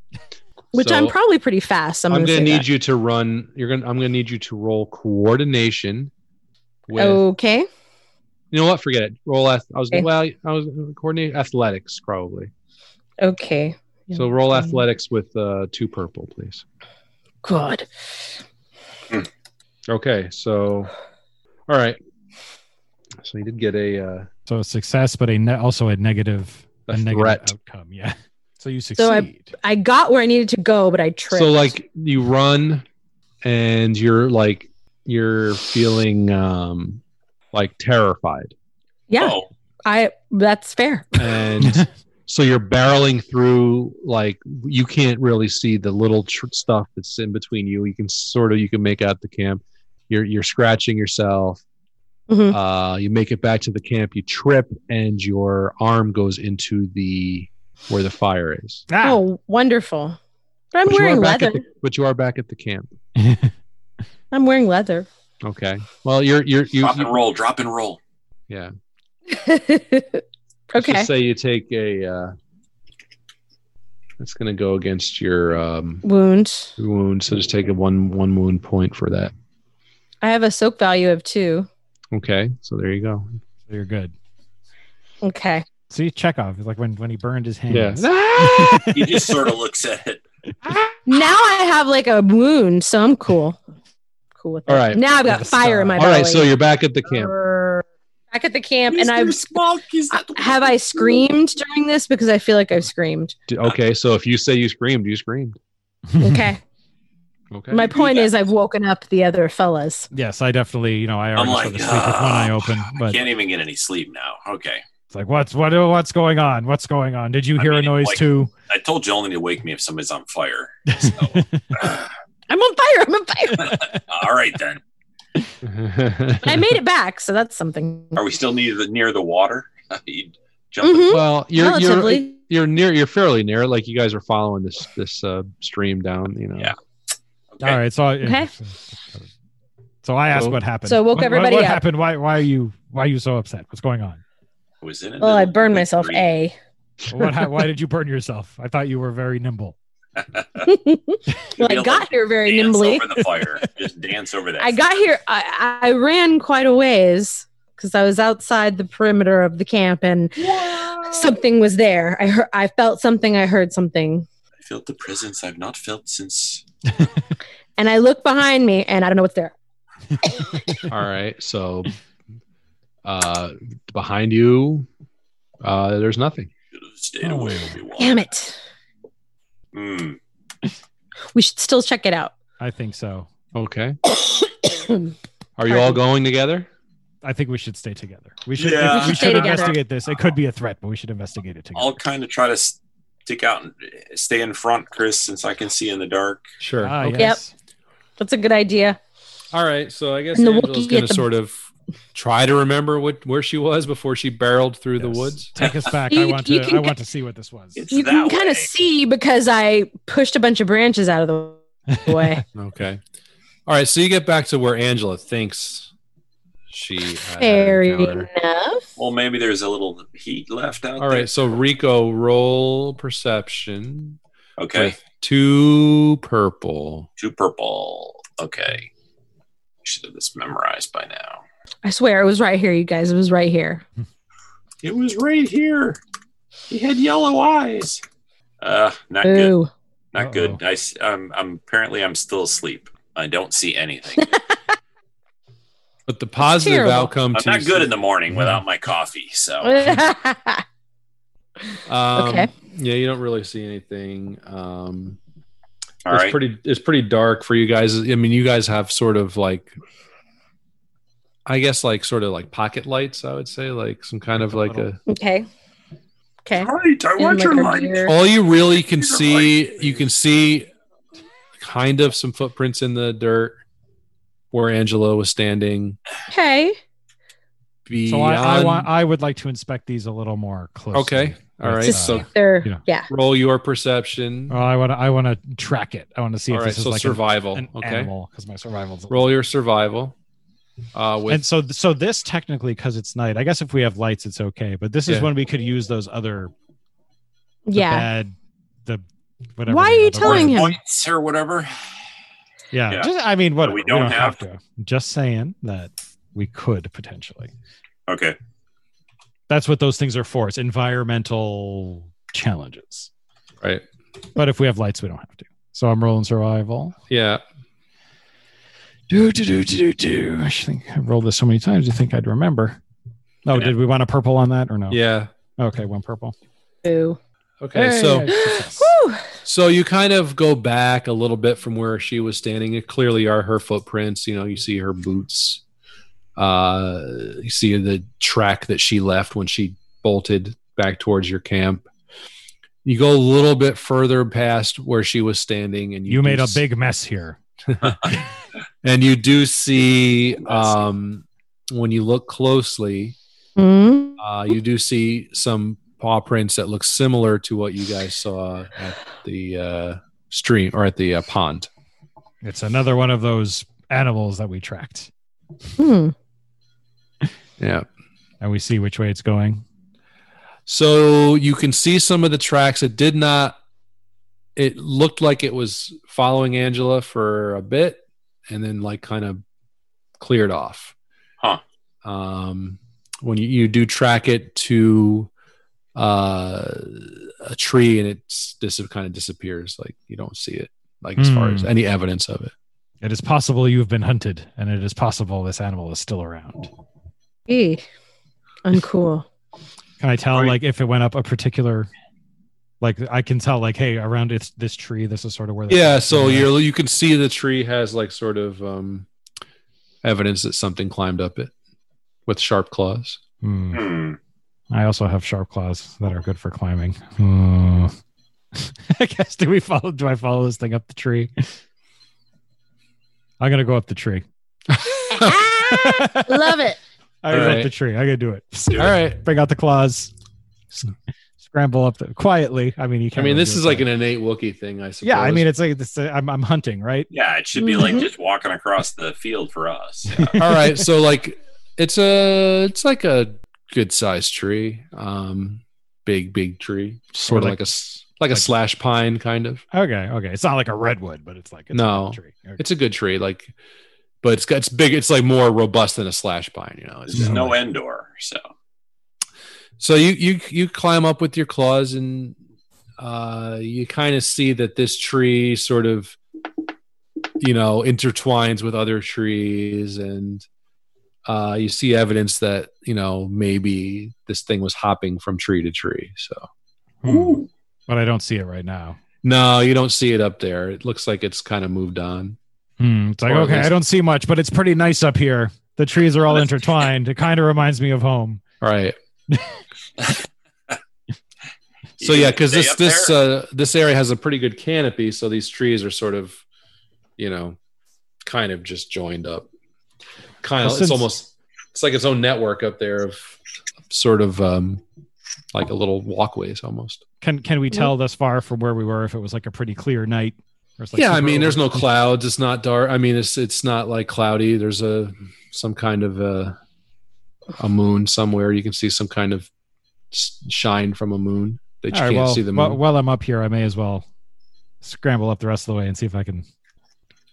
which
So
i'm probably pretty fast i'm,
I'm
gonna,
gonna need
need
you to run. You're gonna. I'm gonna need you to roll coordination. With
okay
you know what? Forget it. Roll. ath- I was
Oh. Okay.
well. I was coordinate athletics probably.
okay
So roll
Okay.
athletics with uh, two purple, please.
good
Okay. So. All right. So you did get a. Uh,
So a success, but a ne- also a negative
A
a, negative
threat.
outcome. Yeah. So you succeed.
So I- i got where i needed to go but i tripped
So like you run and you're like you're feeling um like terrified.
yeah
Oh,
i that's fair
And so you're barreling through like you can't really see the little tr- stuff that's in between you. You can sort of you can make out the camp. You're you're scratching yourself.
Mhm.
Uh, you make it back to the camp, you trip, and your arm goes into the where the fire is.
Ah,
Oh, wonderful. But I'm
But you are
wearing
back
leather.
at the, but you are back at the camp.
I'm wearing leather.
Okay. Well, you're you're you.
drop and roll, drop and roll.
yeah. Let's
okay.
just say you take a. Uh, that's going to go against your um,
Wound.
wound, so just take a one one wound point for that.
I have a soak value of two.
Okay, so there you go.
so you're good.
Okay.
See, Chekhov, it's like when, when he burned his
Yeah.
hands.
He just sort of looks at it.
Now I have like a wound, so I'm cool. Cool with that.
All right.
Now I've got
With a
fire in my
All
belly.
right, so you're back at the camp.
Err, Back at the camp, and I've
smoke. Is
have I screamed during this because I feel like I've screamed.
D- Okay, so if you say you screamed, you screamed.
Okay.
Okay.
my point is I've woken up the other fellas.
yes, I definitely, you know, I
I'm
already
like,
sort of sleep with one eye open, but
Can't even get any sleep now. Okay.
it's like, what's what what's going on? What's going on? Did you
I
hear
mean,
a noise
like-
too?
I told you only to wake me if somebody's on fire. So,
I'm on fire. I'm on fire.
Uh, all right then.
But I made it back, so that's something.
Are we still near the near the water? You jump
Mhm.
well, you're
Relatively.
you're you're near. You're fairly near. Like you guys are following this this uh, stream down. You know.
Yeah.
All right, so I,
Okay.
So I asked
So-
what happened.
So
What-
woke
what-
everybody
What
up.
happened? Why why are you why are you so upset? What's going on?
I was in it.
well, I burned myself.
A.
A.
What, ha- why did you burn yourself? I thought you were very nimble.
Well, I got here very
dance
nimbly.
over the fire. Just dance over that.
I got
fire.
here. I, I ran quite a ways because I was outside the perimeter of the camp, and something was there. I heard. I felt something. I heard something,
I felt the presence I've not felt since.
and I look behind me, and I don't know what's there.
All right. So, uh, behind you, uh, there's nothing.
Stayed
Oh,
away. Obi-Wan.
Damn it!
Mm.
We should still check it out.
I think so.
Okay.
All
Are you all going together?
I think we should stay together. We should,
Yeah. We
we should,
should
stay together.
investigate this. It could be a threat, but we should investigate it together.
I'll kind of try to stick out and eh, stay in front, Chris, since I can see in the dark.
Sure.
Ah,
Okay.
yes.
That's a good idea.
All right, so I guess
And the
Angela's
Wookiee
going
at
to
the-
sort of try to remember what where she was before she barreled through the
Yes.
woods.
Take us back. I
You-
want
you
to
can
I want to see what this was.
It's
You
that
can kind
way.
of see because I pushed a bunch of branches out of the way.
Okay. All right, so you get back to where Angela thinks she uh, had an
Fair
encounter.
enough.
Well, maybe there's a little heat left out
All
there.
right, so Rico roll perception
Okay.
with two purple.
Two purple. Okay. I should have this memorized by now.
I swear it was right here, you guys. It was right here.
It was right here. He had yellow eyes. Uh, not good.
Ooh.
Not
Uh-oh.
good. I, s- I'm, I'm apparently I'm still asleep. I don't see anything.
But the positive
terrible.
outcome
I'm
to
not good in the morning without my coffee. So
okay.
um,
Okay.
Yeah, you don't really see anything. Um,
all
it's
right.
pretty it's pretty dark for you guys i mean you guys have sort of like i guess like sort of like pocket lights i would say like some kind of like a
Okay.
right. I
And, like, our gear.
all you really can
These are
see
lights.
you can see kind of some footprints in the dirt where angela was standing
Okay.
beyond
So I, I want I would like to inspect these a little more closely.
okay all
Let's
right
to
uh,
see
so
if they're
yeah.
yeah.
roll your perception
Well, I want to I want to track it. I want to Uh, see
all
if
right
this is
so
like an-
survival
an,
okay
animal because my survival's
roll your survival uh with
and so so this technically because it's night. I guess if we have lights, it's okay. But this
Yeah.
is when we could use those other the
Yeah.
bad the whatever. they
Why are you
are, the
telling
words.
him?
Points or whatever.
Yeah,
Yeah.
just I mean, what
we don't have
to. Just saying that we could potentially.
Okay.
That's what those things are for. It's environmental challenges.
right
But if we have lights, we don't have to. So I'm rolling survival.
yeah
Do do do do do do. I should think I rolled this so many times. You think I'd remember? No,
Yeah.
did we want a purple on that or no?
yeah
Okay, one purple.
Ooh.
okay
Hey,
so
success.
Whew.
So you kind of go back a little bit from where she was standing. It clearly are her footprints. You know, you see her boots. Uh, you see the track that she left when she bolted back towards your camp. You go a little bit further past where she was standing, and you,
you
do
made a
s-
big mess here.
and you do see um, when you look closely,
Mm.
uh, you do see some paw prints that look similar to what you guys saw at the uh, stream or at the uh, pond.
It's another one of those animals that we tracked,
Hmm.
Yeah.
and we see which way it's going.
So you can see some of the tracks. It did not. It looked like it was following Angela for a bit, and then like kind of cleared off.
Huh.
Um, when you, you do track it to uh, a tree, and it's this kind of disappears. Like you don't see it. Like as far
Hmm.
as any evidence of it.
It is possible you've been hunted, and it is possible this animal is still around.
Eee. Uncool.
Can I tell
Are you-
like if it went up a particular? Like I can tell, like, hey, around it's this tree, this is sort of where. the-
Yeah. So you're you can see the tree has like sort of um, evidence that something climbed up it with sharp claws.
Hmm.
Hmm.
I also have sharp claws that are good for climbing. Hmm. I guess do we follow? Do I follow this thing up the tree? I'm gonna go up the tree. I
Love
was
it.
All
up
right.
the tree. I gotta do it.
All right.
Bring out the claws. S- Scramble up the, quietly. I mean, you
I
can't.
mean,
really
this
do
is
it
like an
quietly.
innate Wookiee thing, I suppose.
Yeah, I mean, it's like this. I'm, I'm hunting, right?
Yeah, it should be like
Mhm.
Mm-hmm.
just walking across the field for us. Yeah.
all right. So like, it's a it's like a good sized tree, um, big big tree, sort of
like-
like, a s- like a
like-
slash pine kind of.
Okay, okay. It's not like a redwood, but it's like it's
No.
a tree. Okay.
It's a good tree, like, but it's got it's big. It's like more robust than a slash pine, you know. It's
There's
got,
no
like-
Endor, so
So you you you climb up with your claws and uh, you kind of see that this tree sort of you know intertwines with other trees and uh, you see evidence that you know maybe this thing was hopping from tree to tree. So
Hmm. But I don't see it right now.
no, you don't see it up there. It looks like it's kind of moved on.
Hmm. It's like
Or at
okay,
least-
I don't see much, but it's pretty nice up here. The trees are all
Let's-
intertwined. It kind of reminds me of home.
All right. So
You
yeah,
can
because
stay
this
up
this
there.
uh, this area has a pretty good canopy, so these trees are sort of, you know, kind of just joined up. Kind of,
Well,
it's
since-
almost it's like its own network up there of sort of um, like a little walkways almost.
Can can
Mm-hmm.
we tell thus far from where we were if it was like a pretty clear night? Or it's, like,
yeah, I
super
mean, there's
over-
no clouds. It's not dark. I mean, it's it's not like cloudy. There's a some kind of a, a moon somewhere. You can see some kind of s- shine from a moon that you
All right,
can't
well,
see the moon.
wh- while I'm up here, I may as well scramble up the rest of the way and see if I can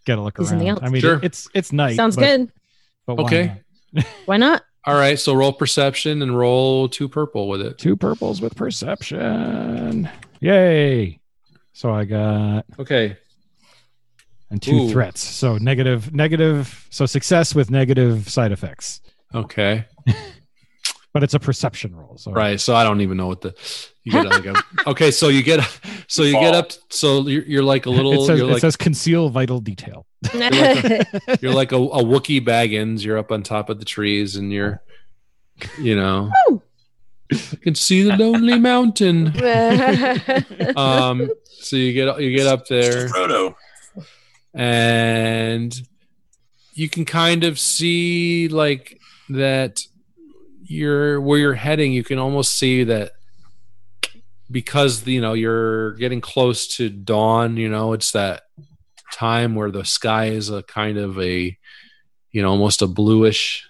get a look
Do something
around.
else.
I mean,
Sure.
it- it's it's night.
Sounds
but-
good.
but why
Okay.
not?
Why not?
All right, so roll perception and roll two purple with it.
Two purples with perception. Yay! So I got
Okay.
and two
Ooh.
threats. So negative, negative. So success with negative side effects,
Okay.
but it's a perception roll. So
Right. So I don't even know what the you get like a, Okay, so you get so you get up so you're, you're like a little
it says,
you're
it
like
says conceal vital detail.
you're like a, a Wookiee Baggins, you're up on top of the trees and you're you know
Woo.
I can see the lonely mountain. Um so you get you get up there
Frodo.
and you can kind of see like that you're where you're heading you can almost see that because you know you're getting close to dawn you know it's that time where the sky is a kind of a you know almost a bluish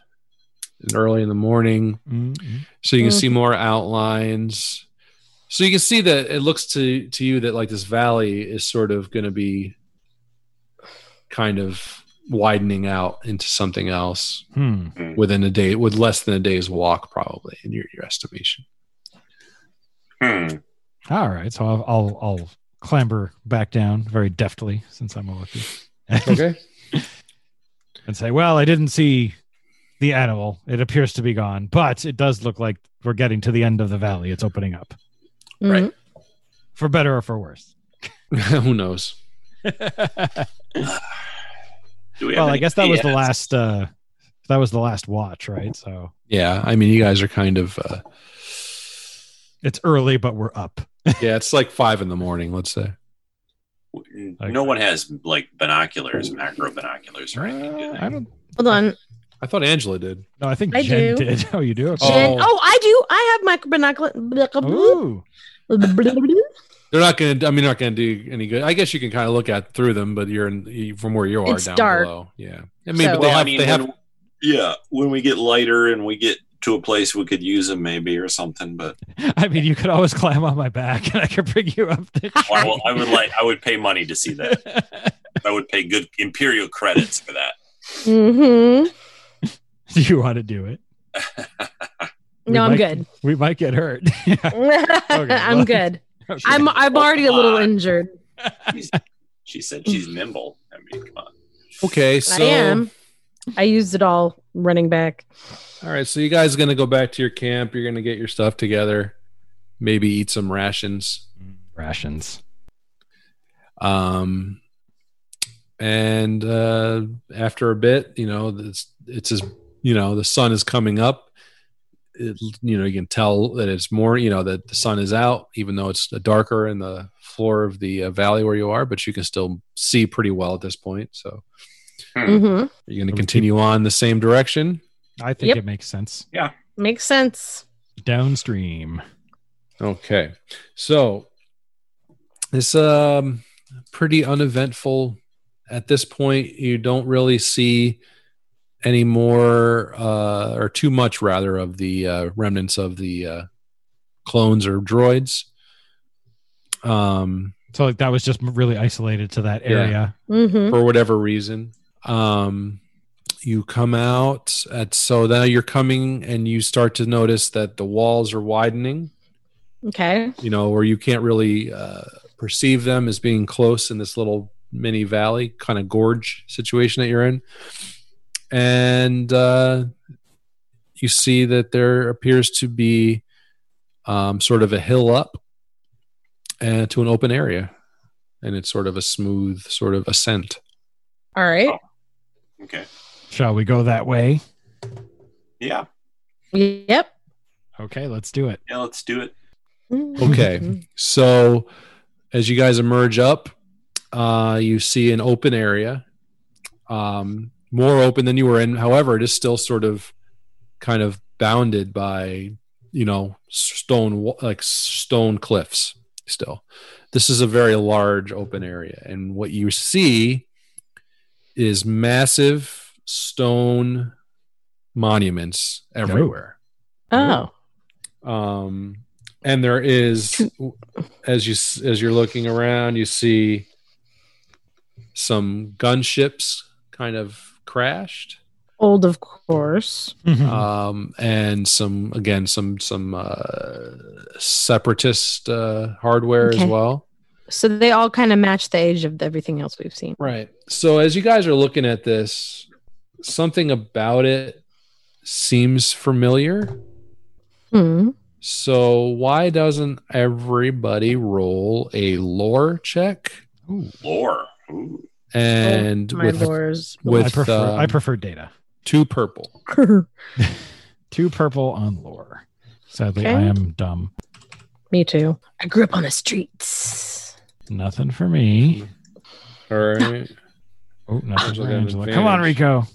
and early in the morning
Mhm.
so you can see more outlines so you can see that it looks to to you that like this valley is sort of going to be kind of widening out into something else
Hmm.
within a day with less than a day's walk probably in your, your estimation
Hmm.
All right. So I'll, I'll I'll clamber back down very deftly since I'm a Wookiee
okay
and say, well, I didn't see the animal. It appears to be gone, but it does look like we're getting to the end of the valley. It's opening up
Mhm.
for better or for worse.
who knows
Do we have
well, I
any
guess that was the
ideas?
last. uh That was the last watch, right? So
yeah i mean you guys are kind of uh,
it's early, but we're up.
yeah it's like five in the morning let's say
No one has like binoculars, macro binoculars, or anything. do
Uh,
they?
I don't.
Hold on.
I thought Angela did.
No, I think
I
Jen
do.
did. Oh, you do? Okay.
Oh.
Jen- oh. I do. I have micro binoculars.
Ooh.
They're not going to. I mean, they're not going to do any good. I guess you can kind of look at through them, but you're in you- from where you are
It's
down
dark.
below. Yeah. I mean,
So-
but they
I
have.
mean,
they have.
when- yeah, when we get lighter and we get to a place we could use them maybe or something. But
I mean, you could always climb on my back and I could bring you up the
I, will, I would like I would pay money to see that.
tree.
I would pay good imperial credits for that.
hmm
do you want to do it? We
No, I'm
might-
good.
We might get hurt. Yeah. well-
I'm good.
Okay.
I'm I'm already a little injured.
She's- she said she's nimble. I mean, come on.
Okay. So.
I am. I used it all running back.
All right, so you guys are gonna go back to your camp. You're gonna get your stuff together, maybe eat some rations,
rations.
um, and uh, after a bit, you know, it's it's as you know the sun is coming up. It, you know, you can tell that it's more. You know that the sun is out, even though it's darker in the floor of the uh, valley where you are, but you can still see pretty well at this point. So,
Mm.
hmm
are you gonna continue on the same direction?
I think
Yep.
it makes sense.
Makes sense.
Downstream.
Okay. So it's um pretty uneventful at this point. You don't really see any more uh or too much rather of the uh remnants of the uh clones or droids. Um
So like that was just really isolated to that
Yeah.
area.
hmm
for whatever reason. Um, you come out at so now you're coming and you start to notice that the walls are widening,
Okay.
you know, where you can't really uh, perceive them as being close in this little mini valley kind of gorge situation that you're in. And uh, you see that there appears to be um, sort of a hill up uh, to an open area. And it's sort of a smooth sort of ascent.
All right.
Okay.
Shall we go that way?
Yeah.
Yep.
Okay, let's do it.
Yeah. Let's do it.
Mm-hmm.
Okay. So as you guys emerge up, uh, you see an open area, um, more open than you were in. However, it is still sort of kind of bounded by, you know, stone, wa- like stone cliffs still. This is a very large open area. And what you see is massive stone monuments everywhere
Oh.
um and there is as you as you're looking around you see some gunships kind of crashed
Old, of course.
Mm-hmm.
um and some again some some uh separatist uh hardware
Okay.
as well
So they all kind of match the age of everything else we've seen.
Right. So as you guys are looking at this, something about it seems familiar.
Hmm.
So why doesn't everybody roll a lore check?
Lore. Ooh.
Oh And
My
with
lures.
with
I prefer
um,
I prefer data.
two purple.
Two purple on lore. Sadly,
Okay.
I am dumb.
Me too. I grew up on the streets.
Nothing for me.
All right.
Oh, nothing
Angela
for
got an
Angela. Come on,
advantage.
Rico.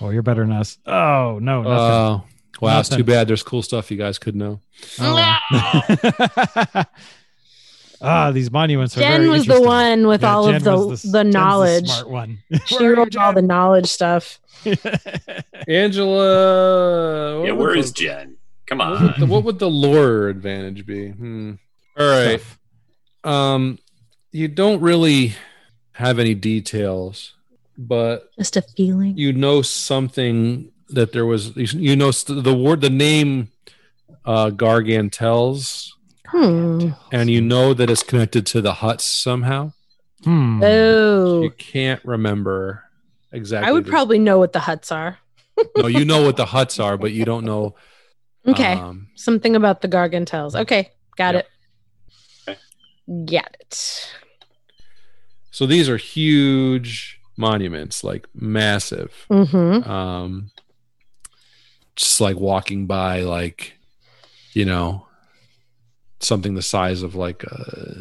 Oh, you're better than us. Oh no, nothing.
Uh, wow, it's too
Nothing.
bad. There's cool stuff you guys could know.
Oh, well. ah, these monuments are.
Jen
very
was the
interesting.
one with
Yeah,
all
Jen
of the
was
the,
Jen's
knowledge.
smart one.
she
Where are
wrote
you,
all the knowledge stuff.
Jen?
Angela. what
Yeah.
would
Where
the-
is Jen? Come
What would, the,
on.
what would the lore advantage be? Hmm. All right.
Stuff.
Um, you don't really have any details, but
Just a feeling.
you know something that there was. You know st- the word, the name, uh, Gargantels,
Hmm.
and you know that it's connected to the huts somehow.
Hmm.
Oh,
You can't remember exactly.
I would
the-
probably know what the huts are.
no. You know what the huts are, but you don't know.
Okay.
Um,
Something about the gargantels. Okay. Got
Yep.
it. Got it.
so these are huge monuments, like massive.
Mm-hmm.
um just like walking by like you know something the size of like a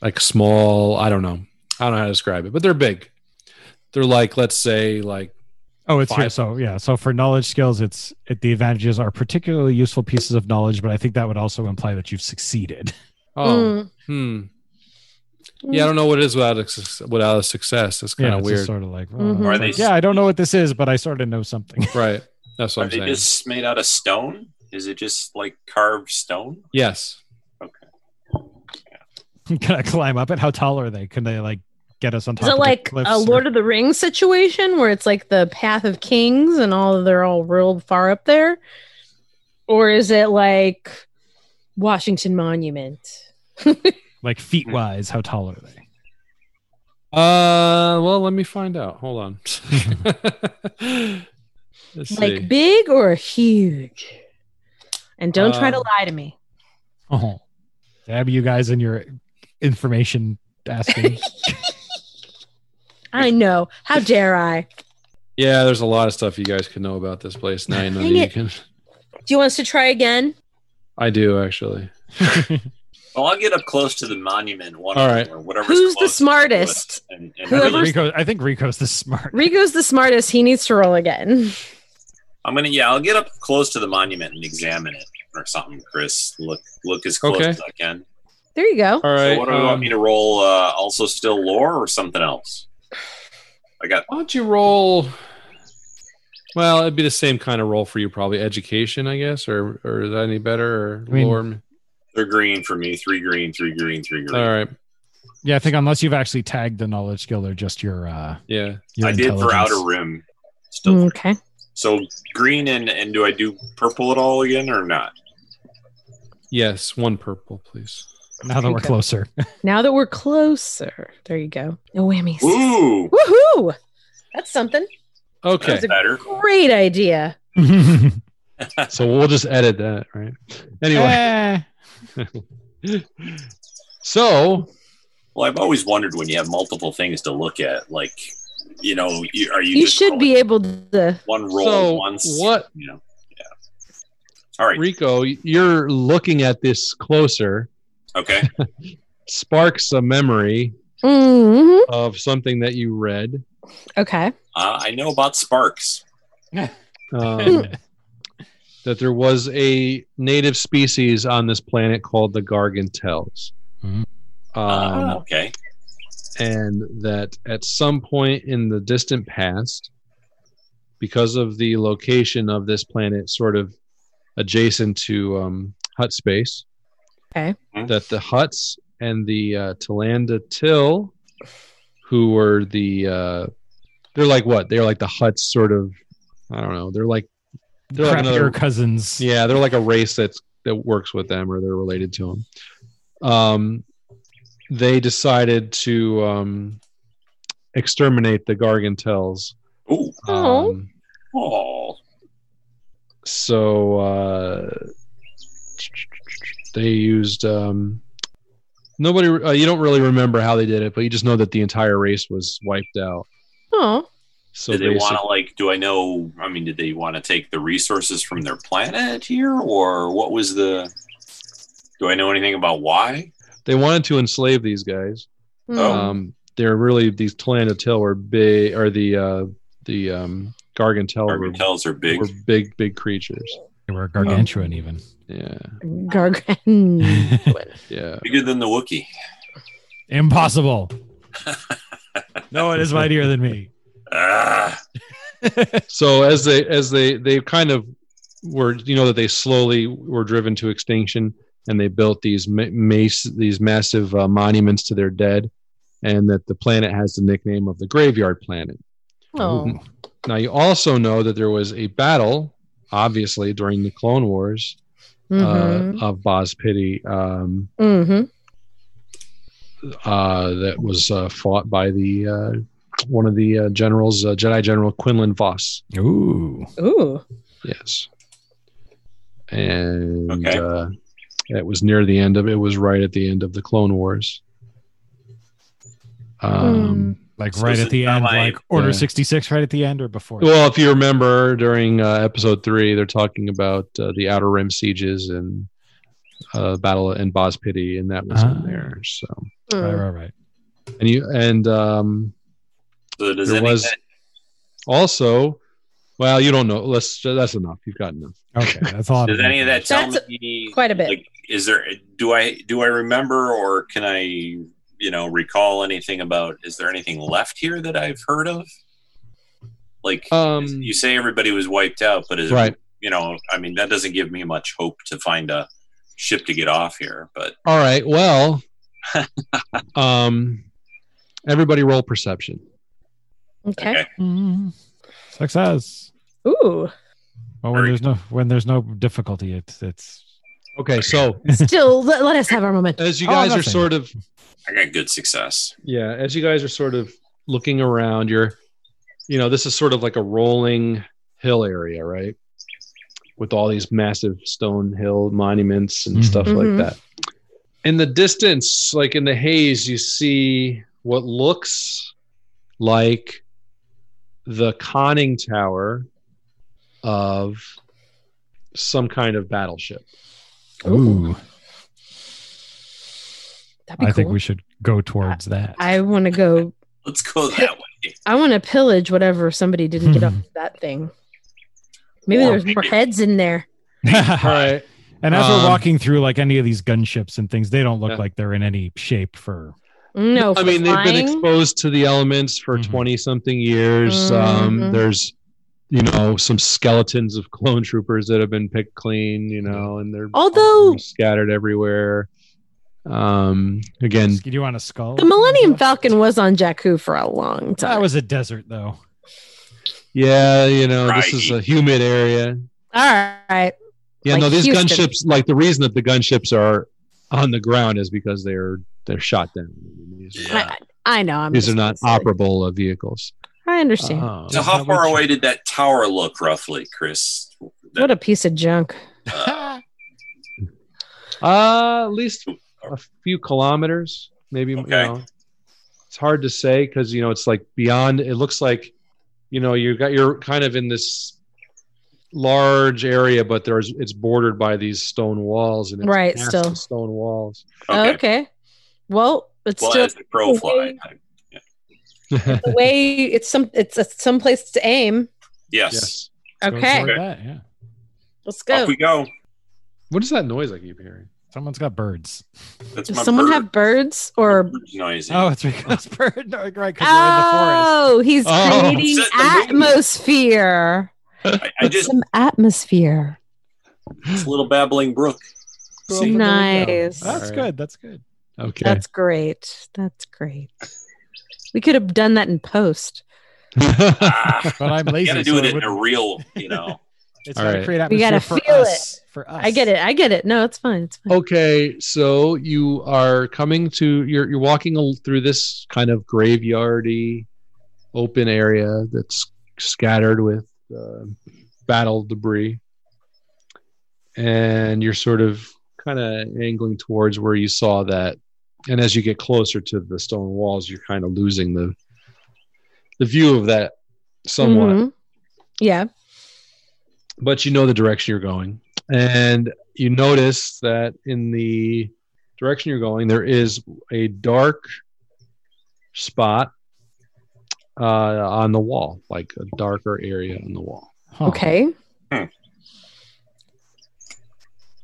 like small i don't know i don't know how to describe it but they're big they're like let's say like
Oh, it's here.
Five.
So yeah. So for knowledge skills, it's it, the advantages are particularly useful pieces of knowledge, but I think that would also imply that you've succeeded.
Mm.
Oh, hmm. Yeah, I don't know what it is without a, suc- without a success. It's kind
yeah,
of
it's
weird,
Sort of like, well,
Mhm. Or
are
it's
they
like, yeah, I don't know what this is, but I sort of know something.
right? That's
Are
what I'm
they
saying.
just made out of stone? Is it just like carved stone?
Yes,
Can I climb up it? How tall are they? Can they like get us on top?
Is it
of
like
the cliffs
a
or-
Lord of the Rings situation where it's like the Path of Kings and all they're all real far up there? Or is it like Washington Monument?
like feet wise? How tall are they?
Uh, well, let me find out. Hold on. Let's see.
Like big or huge? And don't try to
Uh,
lie to me.
Oh, Dab you guys in your information asking.
I know. How dare I?
yeah, there's a lot of stuff you guys can know about this place. Now you know
Dang
you
it.
can.
Do you want us to try again?
I do actually.
Well, I'll get up close to the monument, one
All
of
right.
them, or whatever's
Who's
closest
the
to it,
smartest?
And, and
I think
Whoever's-
Rico, I think Rico's the smart.
Rigo's the smartest. He needs to roll again.
I'm gonna yeah, I'll get up close to the monument and examine it or something, Chris. Look look as close
Okay.
as I can.
There you go.
All right.
so what do you want
um,
me to roll uh, also still lore or something else? I got
why don't you roll? Well, it'd be the same kind of roll for you, probably education, I guess, or or is that any better? Or
I mean-
lore?
they're green for me, three green, three green, three green.
All right.
Yeah, I think unless you've actually tagged the knowledge skill or just your uh
Yeah.
your
I did for
intelligence.
outer rim. Still three.
Okay.
so green and and do I do purple at all again or not?
Yes. One purple, please.
Now that we're
Okay.
closer.
Now that we're closer, there you go. No whammies.
Ooh,
Woohoo! That's something.
Okay.
that's better.
Great idea.
so we'll just edit that, right?
Uh,
Anyway.
Eh.
so
Well, I've always wondered when you have multiple things to look at, like you know, you, are you?
You
just
should
rolling
be able to.
one roll
So,
once.
what-
You know, yeah. All right.
Rico, you're looking at this closer.
Okay.
Sparks a memory
Mhm.
of something that you read.
Okay.
Uh, I know about sparks.
Eh.
Um, that there was a native species on this planet called the Gargantels.
Mhm.
Um,
Ah, okay.
and that at some point in the distant past, because of the location of this planet, sort of adjacent to um, Hut space,
Okay.
that the Huts and the uh, Talanda Till, who were the, uh, they're like what? They're like the Huts, sort of. I don't know. They're like, they're like
Crappier
another-
cousins.
yeah, they're like a race that's that works with them or they're related to them. Um, they decided to um, exterminate the Gargantels.
Ooh.
Oh.
Um,
Oh.
so uh, they used um, nobody. Uh, you don't really remember how they did it, but you just know that the entire race was wiped out.
Oh,
So
Did they want
basic-
to like? Do I know? I mean, did they want to take the resources from their planet here, or what was the? Do I know anything about why?
they wanted to enslave these guys.
Hmm.
Oh.
Um, they're really these Tlanotil were big, or the uh, the um, Gargantel were,
Argentels are big.
were big, big creatures.
They were gargantuan even.
Yeah,
gargantuan.
yeah.
Bigger than the Wookiee.
Impossible. no one is mightier than me.
Ah,
So as they as they they kind of were, you know, that they slowly were driven to extinction, and they built these ma- mace these massive uh, monuments to their dead, and that the planet has the nickname of the graveyard planet.
oh.
Now you also know that there was a battle, obviously during the Clone Wars,
Mm-hmm.
uh, of Boz Pitti um,
mm-hmm.
uh, that was uh, fought by the uh, one of the uh, generals, uh, Jedi General Quinlan Voss.
Ooh.
Ooh.
Yes, and
Okay.
uh, it was near the end of it. Was right at the end of the Clone Wars. Um,
Like
So
right
is
at
it
the
not
end,
my-
like Order
Yeah.
66 right at the end or before?
Well, if you remember during uh, Episode Three, they're talking about uh, the Outer Rim sieges and uh, battle in Boz Pitti, and that was
Ah.
in there. So,
right,
Mm.
right, right.
and you and um,
so does
There
any
was- also Well, you don't know. Let's. That's enough. You've got enough.
Okay, that's all.
Does any of that tell
That's
me
quite a bit.
Like, is there? Do I do I remember or can I you know recall anything about? Is there anything left here that I've heard of? Like
Um,
you say, everybody was wiped out, but is
right.
you know, I mean, that doesn't give me much hope to find a ship to get off here. But
All right. Well, um, everybody roll perception.
Okay.
Okay.
Mm.
Success.
Ooh.
Well, when
Very
there's no when there's no difficulty, it's it's
Okay. So
Still, let, let us have our moment.
as you
Oh,
guys are
nothing.
sort of
I got good success.
yeah, as you guys are sort of looking around, you're, you know, this is sort of like a rolling hill area, right? With all these massive stone hill monuments and
Mhm.
stuff
Mhm.
like that. In the distance, like in the haze, you see what looks like the conning tower of some kind of battleship.
ooh.
That'd be
I
cool.
think we should go towards that.
I want to go.
Let's go that way.
I want to pillage whatever somebody didn't get off that thing. Maybe
Or
there's more
maybe-
heads in there.
All right.
and as
Um,
we're walking through like any of these gunships and things, they don't look
Yeah.
like they're in any shape for
No,
I
for
mean, they've been
flying?
exposed to the elements for
Mm-hmm.
Mhm.
20 something years. Um,
Mhm.
there's, you know, some skeletons of clone troopers that have been picked clean, you know, and they're
Although-
scattered everywhere. Um, again,
do you want a skull?
The Millennium Falcon was on Jakku for a long
That
time.
was a desert though.
yeah, you know, this is a
Crikey.
humid area.
All right.
Yeah,
Like
no, these
Houston.
gunships, like the reason that the gunships are on the ground is because they're they're shot down. I mean, These,
Yeah.
I, I know. I'm
these are
just
not
being silly.
operable uh, vehicles.
I understand.
Um,
So, how far away did that tower look, roughly, Chris?
what a piece of junk.
Uh,
Uh, at least a few kilometers, maybe.
Okay.
You know, it's hard to say because you know it's like beyond. It looks like, you know, you got you're kind of in this large area, but there's it's bordered by these stone walls and it's
Right,
massive
still.
stone walls.
okay.
Okay. Well, it's
Well,
still
as the crow fly.
the way it's some it's a, some place to aim.
Yes.
yes.
Let's go
Okay.
toward that, yeah.
Let's
Up
go.
we go.
What is that noise I keep hearing?
Someone's got birds.
That's
Does
my
someone
bird.
have birds or
noisy.
Oh, it's because bird. No, right, because
Oh, he's
Oh.
creating
Set the mood.
atmosphere.
I, I just
Some atmosphere.
it's a little babbling brook.
we're in the forest.
Nice.
That's good. That's good.
Okay.
That's great. That's great. We could have done that in post.
Ah,
But I'm
you
lazy.
got to do
so
it
it
in
wouldn't-
a real, you know.
It's
All
got
right.
to create
We
atmosphere
gotta
for
feel
us. For us.
I get it. I get it. No, it's fine. It's fine.
Okay, so you are coming to you're you're walking al- through this kind of graveyardy open area that's scattered with uh, battle debris, and you're sort of kind of angling towards where you saw that. And as you get closer to the stone walls, you're kind of losing the the view of that somewhat
Mhm. Yeah.
but you know the direction you're going. And you notice that in the direction you're going, there is a dark spot uh, on the wall, like a darker area on the wall.
Huh.
Okay.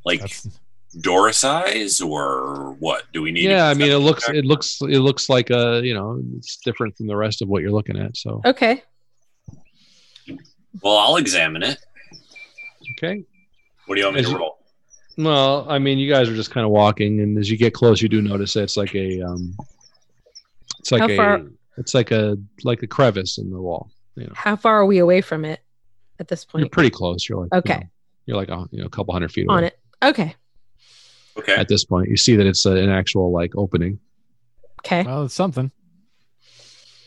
Like
That's-
Doris eyes or what? Do we need?
Yeah, I
to-
mean, it looks, it looks, it looks like a, you know, it's different from the rest of what you're looking at. So,
Okay.
Well, I'll examine it.
okay.
What do you want me
As
to
you-
roll?
Well, I mean, you guys are just kind of walking, and as you get close, you do notice that it's like a, um, it's like
How
a,
far-
it's like a, like a crevice in the wall.
How far are we away from it at this
You're
point?
pretty close. You're like
Okay.
You know, you're like a, you know, a couple hundred feet away
On it. Okay.
Okay.
at this point. You see that it's a, an actual like opening.
Okay.
Well, it's something.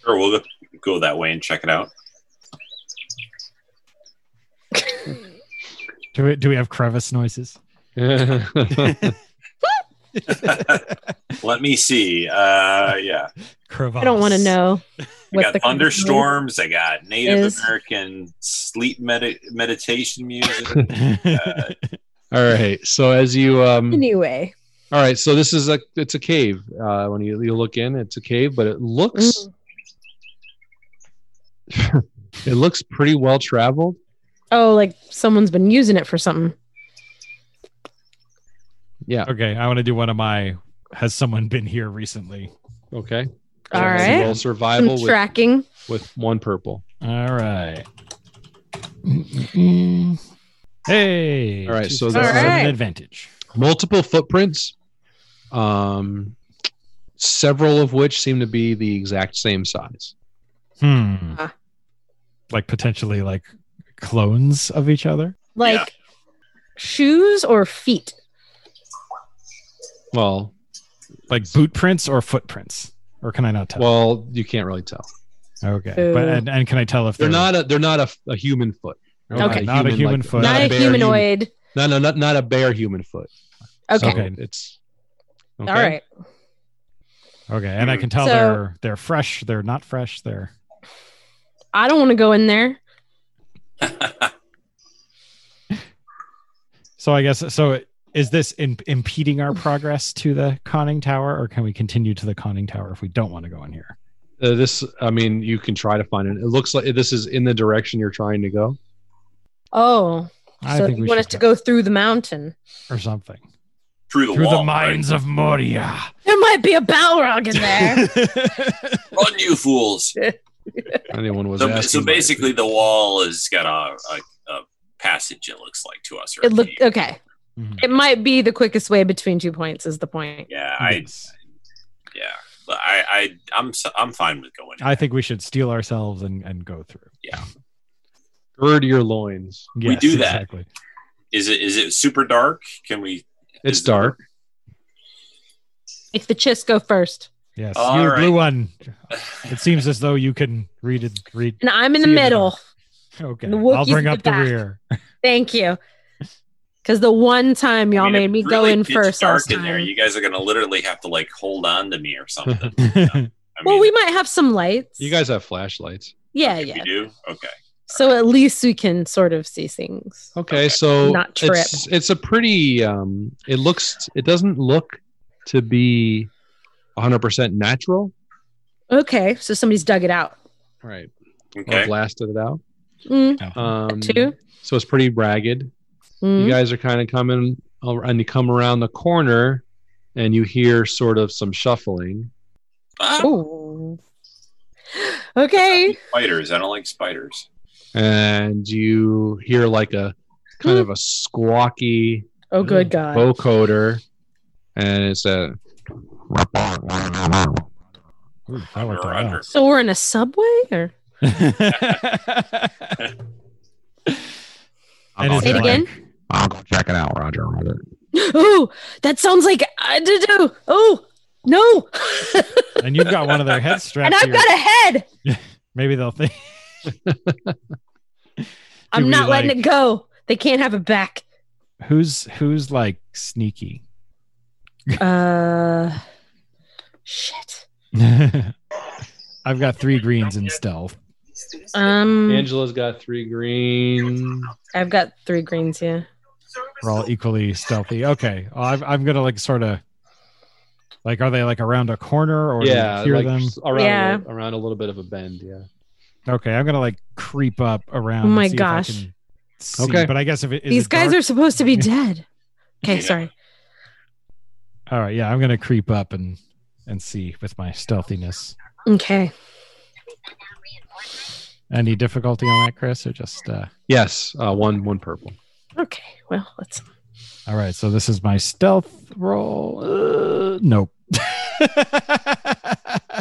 Sure, we'll go, go that way and check it out.
Do we, do we have crevice noises?
Let me see. Uh, yeah,
Crevasse.
I don't want to know.
I got
the-
thunderstorms. I got Native
is.
American sleep medi- meditation music.
know.
all right. So as you
Hmm.
um
Anyway.
all right, so this is a it's a cave. Uh
Mm.
when you, you look in, it's a cave, but it looks It looks pretty well traveled.
Oh, like someone's been using it for something.
Yeah.
Okay, I want to do one of my. Has someone been here recently?
Okay. So it's a
All right.
Roll
Some
survival with,
tracking.
with one purple.
All right. hey.
All right, so
Jesus,
that's-
this is
All right.
an advantage.
Multiple footprints, um, several of which seem to be the exact same size.
Hmm.
Ah.
Like potentially like clones of each other.
Like shoes or feet?
Well,
Like boot prints or footprints. Or can I not tell?
well, you can't really tell.
okay.
Ooh.
But and, and can I tell if
They're
they're,
not a they're not a, a human foot. They're
Okay.
Not a human
like-
foot.
Not
a
a
bear
humanoid.
human- no, no, not not a bare human foot.
Okay.
Okay.
It's
All right.
Okay, and I can tell
So-
they're they're fresh, they're not fresh, they're
I don't want to go in there.
So I guess so. Is this in, impeding our progress to the conning tower, or can we continue to the conning tower if we don't want to go in here?
Uh, this, I mean, you can try to find it. It looks like this is in the direction you're trying to go.
Oh,
I
so
think
you
we
want us
should
to go through the mountain.
or something
Through the
through
wall.
the mines of Moria.
There might be a Balrog in there.
right? Run, you fools.
Anyone was
So,
asking
so
about it.
basically, the wall has got a, a, a passage, it looks like, to us. Or a
it looked
cave.
okay.
Mhm.
It might be the quickest way between two points is the point.
Yeah, I,
Yes.
yeah. But I, I, I'm, s- I'm fine with going.
I think we should steal ourselves and, and go through.
gird your loins.
We
Yes,
do that.
exactly.
Is it, is it super dark? Can we?
It's
Is it-
dark.
Make the chis go first.
Yes,
All
you
right.
blue one. It seems as though you can read it. Read.
And I'm in the
See you in the
middle.
Okay,
The
I'll
Wookiees
bring
in
up
the
the,
back.
rear.
Thank you. Because the one time y'all
I mean,
made
if
me
it
go
really
in
gets
first
Dark
last
in there.
time.
You guys are gonna literally have to like hold on to me or something. I
well,
mean,
we might have some lights.
You guys have flashlights.
yeah,
if
yeah.
You do? Okay.
So at least we can sort of see things.
Okay,
Okay.
so
Not trip.
it's it's a pretty. Um, it looks. It doesn't look to be 100 percent natural.
Okay, so somebody's dug it out.
Right. Or
Okay.
blasted it out.
Mm,
Um,
two.
So it's pretty ragged.
mm.
You guys are kind of coming, al- and you come around the corner, and you hear sort of some shuffling.
Ah,
Ooh. Okay.
spiders. I don't like spiders.
and you hear like a kind of a squawky
Oh, good God.
vocoder, and it's a
Ooh, I like
Or under.
So we're in a subway, or
that. well. And
say it
it's
again.
I'll go check it out, Roger. Roger.
Oh, that sounds like uh, I did do. Oh no,
and you've got one of their heads strapped
and
to
I've
your
got a head.
Maybe they'll think.
I'm
we,
not letting
like-
it go. They can't have it back.
Who's who's like sneaky?
Uh, shit.
I've got three greens in stealth.
Um,
Angela's got three green.
I've got three greens here.
We're all equally stealthy. Okay, well, I'm I'm gonna like sort of like are they like around a corner or do we
yeah,
hear
like
them?
s- around
Yeah.
a little, around a little bit of a bend. Yeah.
Okay, I'm gonna like creep up around.
Oh
and
my
see if I
gosh.
can see.
Okay.
but I guess if it, is
These
it
guys
dark-
are supposed to be dead. Okay,
Yeah.
sorry.
all right. Yeah, I'm gonna creep up and and see with my stealthiness.
Okay.
Any difficulty on that, Chris, or just uh
Yes, uh, one one purple.
Okay. Well, let's.
All right, so this is my stealth roll. Uh, nope.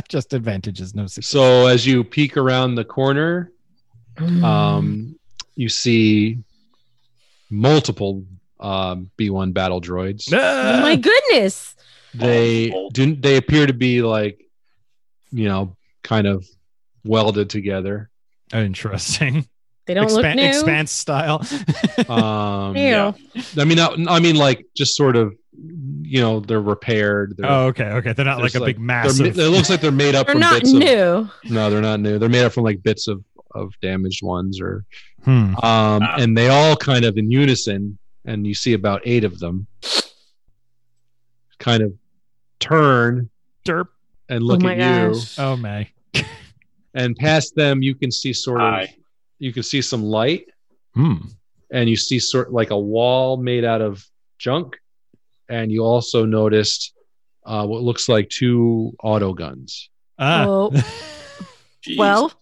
Just advantages, no success.
So as you peek around the corner,
mm.
um, you see multiple uh, B1 battle droids.
oh
uh,
my goodness.
they do they appear to be like you know kind of welded together
Interesting.
They don't look
Expan-
new.
Expanse style.
um
Ew.
yeah.
i mean not, i mean like just sort of you know they're repaired they're,
oh, okay, okay. They're not like
there's
a big mass.
they're
of-
mi- it looks like they're made up
They're
from
not
bits of
new.
no they're not new they're made up from like bits of of damaged ones or
Hmm.
um
Ah.
and they all kind of in unison and you see about eight of them kind of turn
Derp.
and look
oh my
at you
gosh.
Oh, May.
and past them you can see sort of
Hi.
you can see some light
Hmm.
and you see sort like a wall made out of junk and you also noticed uh, what looks like two auto guns
Ah.
Oh.
Jeez.
Well,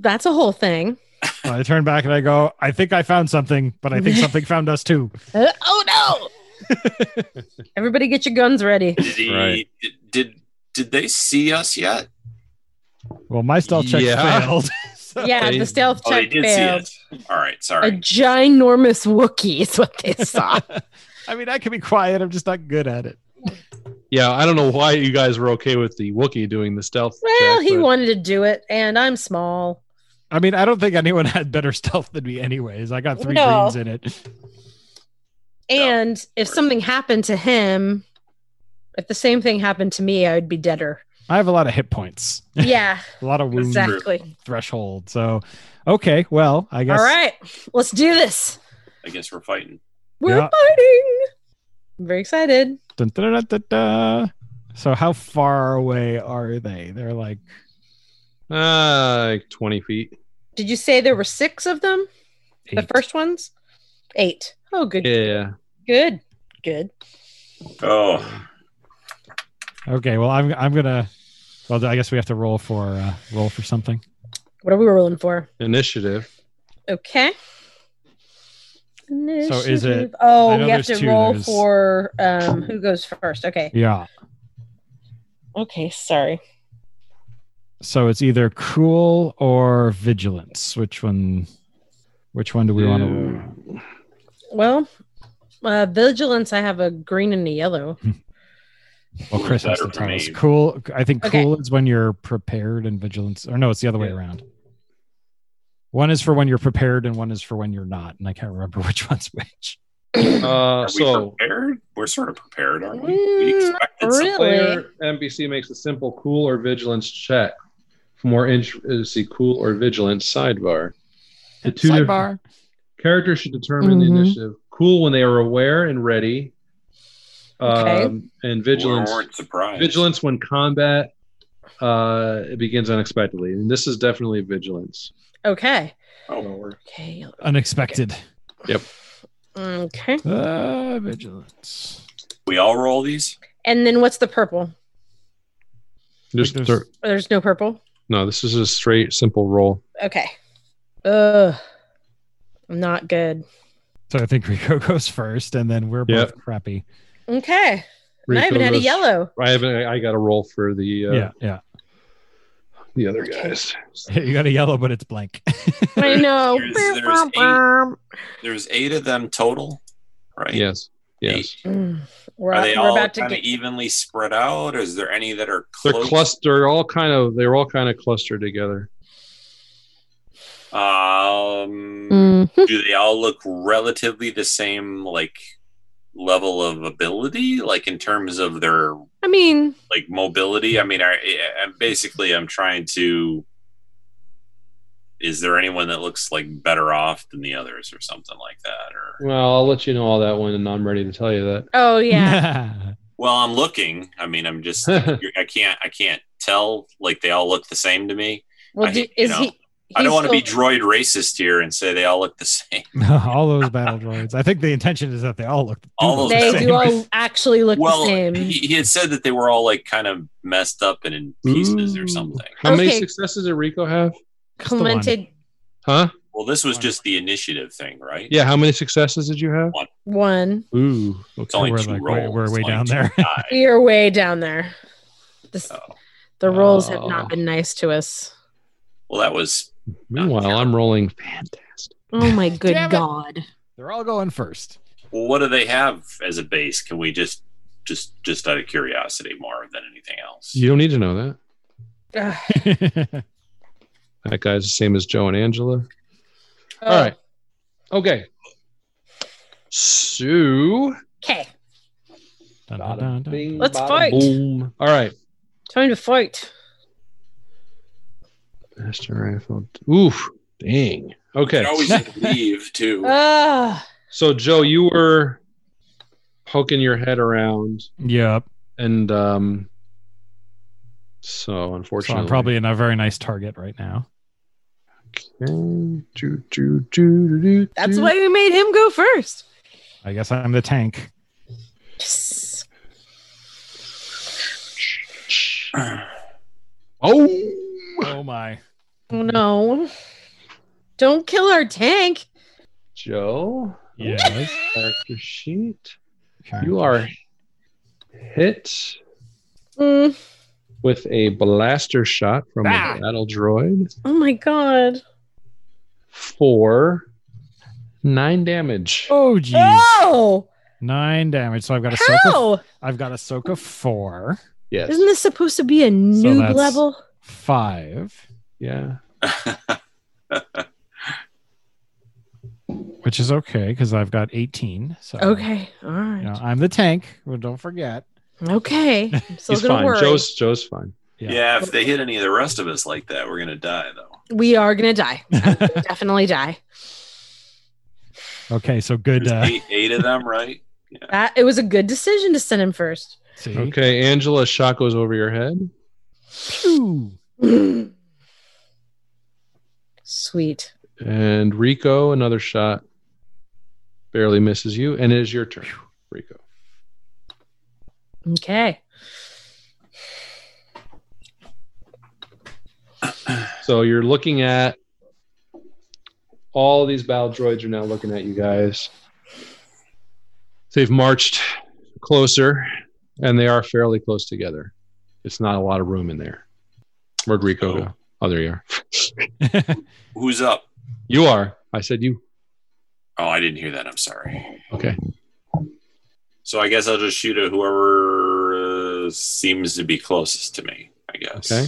that's a whole thing.
Well, I turn back and I go, I think I found something, but I think something found us too.
Uh, oh no! Everybody, get your guns ready.
did, he,
Right.
did did they see us yet?
Well, my stealth check
Yeah.
failed. so,
Yeah,
They-
the stealth
Oh, they
check
did
failed.
see us. All right,
A
sorry.
ginormous Wookiee is what they saw.
I mean, I can be quiet. I'm just not good at it.
yeah i don't know why you guys were okay with the wookiee doing the stealth
well,
check,
he
but-
wanted to do it, and I'm small.
I mean, I don't think anyone had better stealth than me, anyways. I got three
No.
greens in it.
And if
Word.
something happened to him, if the same thing happened to me, I would be deader.
I have a lot of hit points,
Yeah,
a lot of wound
exactly.
threshold. So, okay, well, I
All
guess.
right, let's do this.
I guess we're fighting.
We're
Yeah.
fighting. I'm very excited.
Dun, dun, dun, dun, dun. So, how far away are they? They're like,
uh, like 20 feet
Did you say there were six of them? The
Eight.
first ones? Eight. Oh, good.
yeah
Good. Good.
Oh,
okay, well, I'm I'm gonna. Well, I guess we have to roll for uh, roll for something.
What are we rolling for?
initiative
Okay.
is it-
Initiative.
I
Oh,
know
we have to
there's two,
roll
there's-
for um, who goes first. Okay.
Yeah.
Okay. Sorry.
So it's either cruel or vigilance. Which one? Which one do we want to?
Well, uh, vigilance. I have a green and a yellow.
Well, Chris has to
Better for
tell us.
me.
Cool. I think
Okay.
cool is when you're prepared, and vigilance, or no, it's the other way
Yeah.
around. One is for when you're prepared, and one is for when you're not. And I can't remember which one's which.
uh,
are we
so
prepared? We're sort of prepared, aren't we?
Mm,
We expected something.
Really?
player npc makes a simple cool or vigilance check for more intricacy cool or vigilance sidebar the two different- Characters should determine
Mhm.
the initiative. Cool when they are aware and ready. Um,
Okay.
And vigilance.
We weren't surprised.
Vigilance when combat uh, it begins unexpectedly, and this is definitely vigilance.
Okay.
Oh,
Okay. yellow.
Unexpected.
Okay.
Uh, vigilance.
we all roll these.
And then what's the purple?
Just
Like
thir-
there's-
There's no purple.
no, this is a straight, simple roll.
Okay. Ugh. I'm not good.
So I think Rico goes first, and then we're both crappy.
Okay. and I haven't
Rico
had a
goes-
yellow.
I haven't. I I got a roll for the uh,
Yeah, yeah.
the other guys.
You got a yellow, but it's blank.
I know.
There's- there's eight. There's eight of them total, right?
Yes. Yes.
Mm. We're,
Are they
we're
all
about
kind
to
of
get.
evenly spread out? Is there any that are
They're
close?
cluster. All kind of. They're all kind of clustered together.
um,
Mm.
do they all look relatively the same like level of ability like in terms of their
I mean,
like mobility i mean i, I I'm basically i'm trying to is there anyone that looks like better off than the others or something like that or
Well, I'll let you know all that when I'm ready to tell you that.
oh yeah.
well i'm looking i mean i'm just you're- i can't i can't tell like they all look the same to me
Well,
I-
do,
you
is
know,
he?
i don't
he's
want to be
still-
droid racist here and say they all look the same
all those battle droids. I think the intention is that they all look. do
All
look
those
the
They
same.
do all actually look
well
the same.
He, he had said that they were all like kind of messed up and in pieces or
Ooh.
something
How many
Okay.
successes did Rico have?
That's the one.
Commented
Huh?
Well, this was just the initiative thing, right?
Yeah. How many successes did you have?
one.
Ooh.
It's only
We're
two
like way-
rolls.
we're
It's
way
only
down
two
there.
die.
We are way down there. This,
So,
the rolls have
Oh.
not been nice to us.
well, that was
Meanwhile, I'm rolling fantastic.
Oh my good
Damn it.
god!
They're all going first.
well. What do they have as a base? Can we just, just, just out of curiosity, more than anything else?
You don't need to know that.
Ugh.
That guy's the same as Joe and Angela.
Oh,
All right. Okay. So
Okay.
Dun, dun, dun, dun.
bing,
Let's
bada
fight.
Boom. All right.
Time to fight.
Master rifle. Oof. Dang. Okay.
You always have to leave too.
Ugh.
So Joe, you were poking your head around,
Yep.
and um, so
So
unfortunately,
I'm probably in a very nice target right now.
Do, do, do, do, do,
That's
do.
why we made him go first.
I guess I'm the tank.
Yes.
Oh,
Oh my.
Oh no. Don't kill our tank.
Joe.
Yes.
Character sheet. You are hit
Mm.
with a blaster shot from
Ah.
a battle droid
Oh my god.
for nine damage.
Oh geez.
Oh!
Nine damage. So I've got a soak of,
How?
I've got a soak of four.
Yes.
Isn't this supposed to be a noob
that's-
level?
Five.
yeah.
Which is okay because I've got 18. So
Okay. All
you
right.
know, I'm the tank. Well, don't forget.
Okay. I'm still
He's
gonna
fine.
worry.
Joe's Joe's fine.
Yeah.
Yeah. if they hit any of the rest of us like that, we're gonna die though.
We are gonna die. Definitely die.
okay, so good.
There's
Uh,
eight, eight of them, right?
That it was a good decision to send him first.
see?
Okay, Angela, shot goes over your head.
Phew.
Sweet.
And Rico, another shot barely misses you. And it is your turn, Rico.
Okay.
So you're looking at all these battle droids are now looking at you guys. They've marched closer and they are fairly close together. It's not a lot of room in there. Where'd Rico go? Oh, there you are.
Who's up?
You are. I said you.
Oh, I didn't hear that. I'm sorry.
Okay.
So I guess I'll just shoot at whoever uh, seems to be closest to me. I guess.
Okay.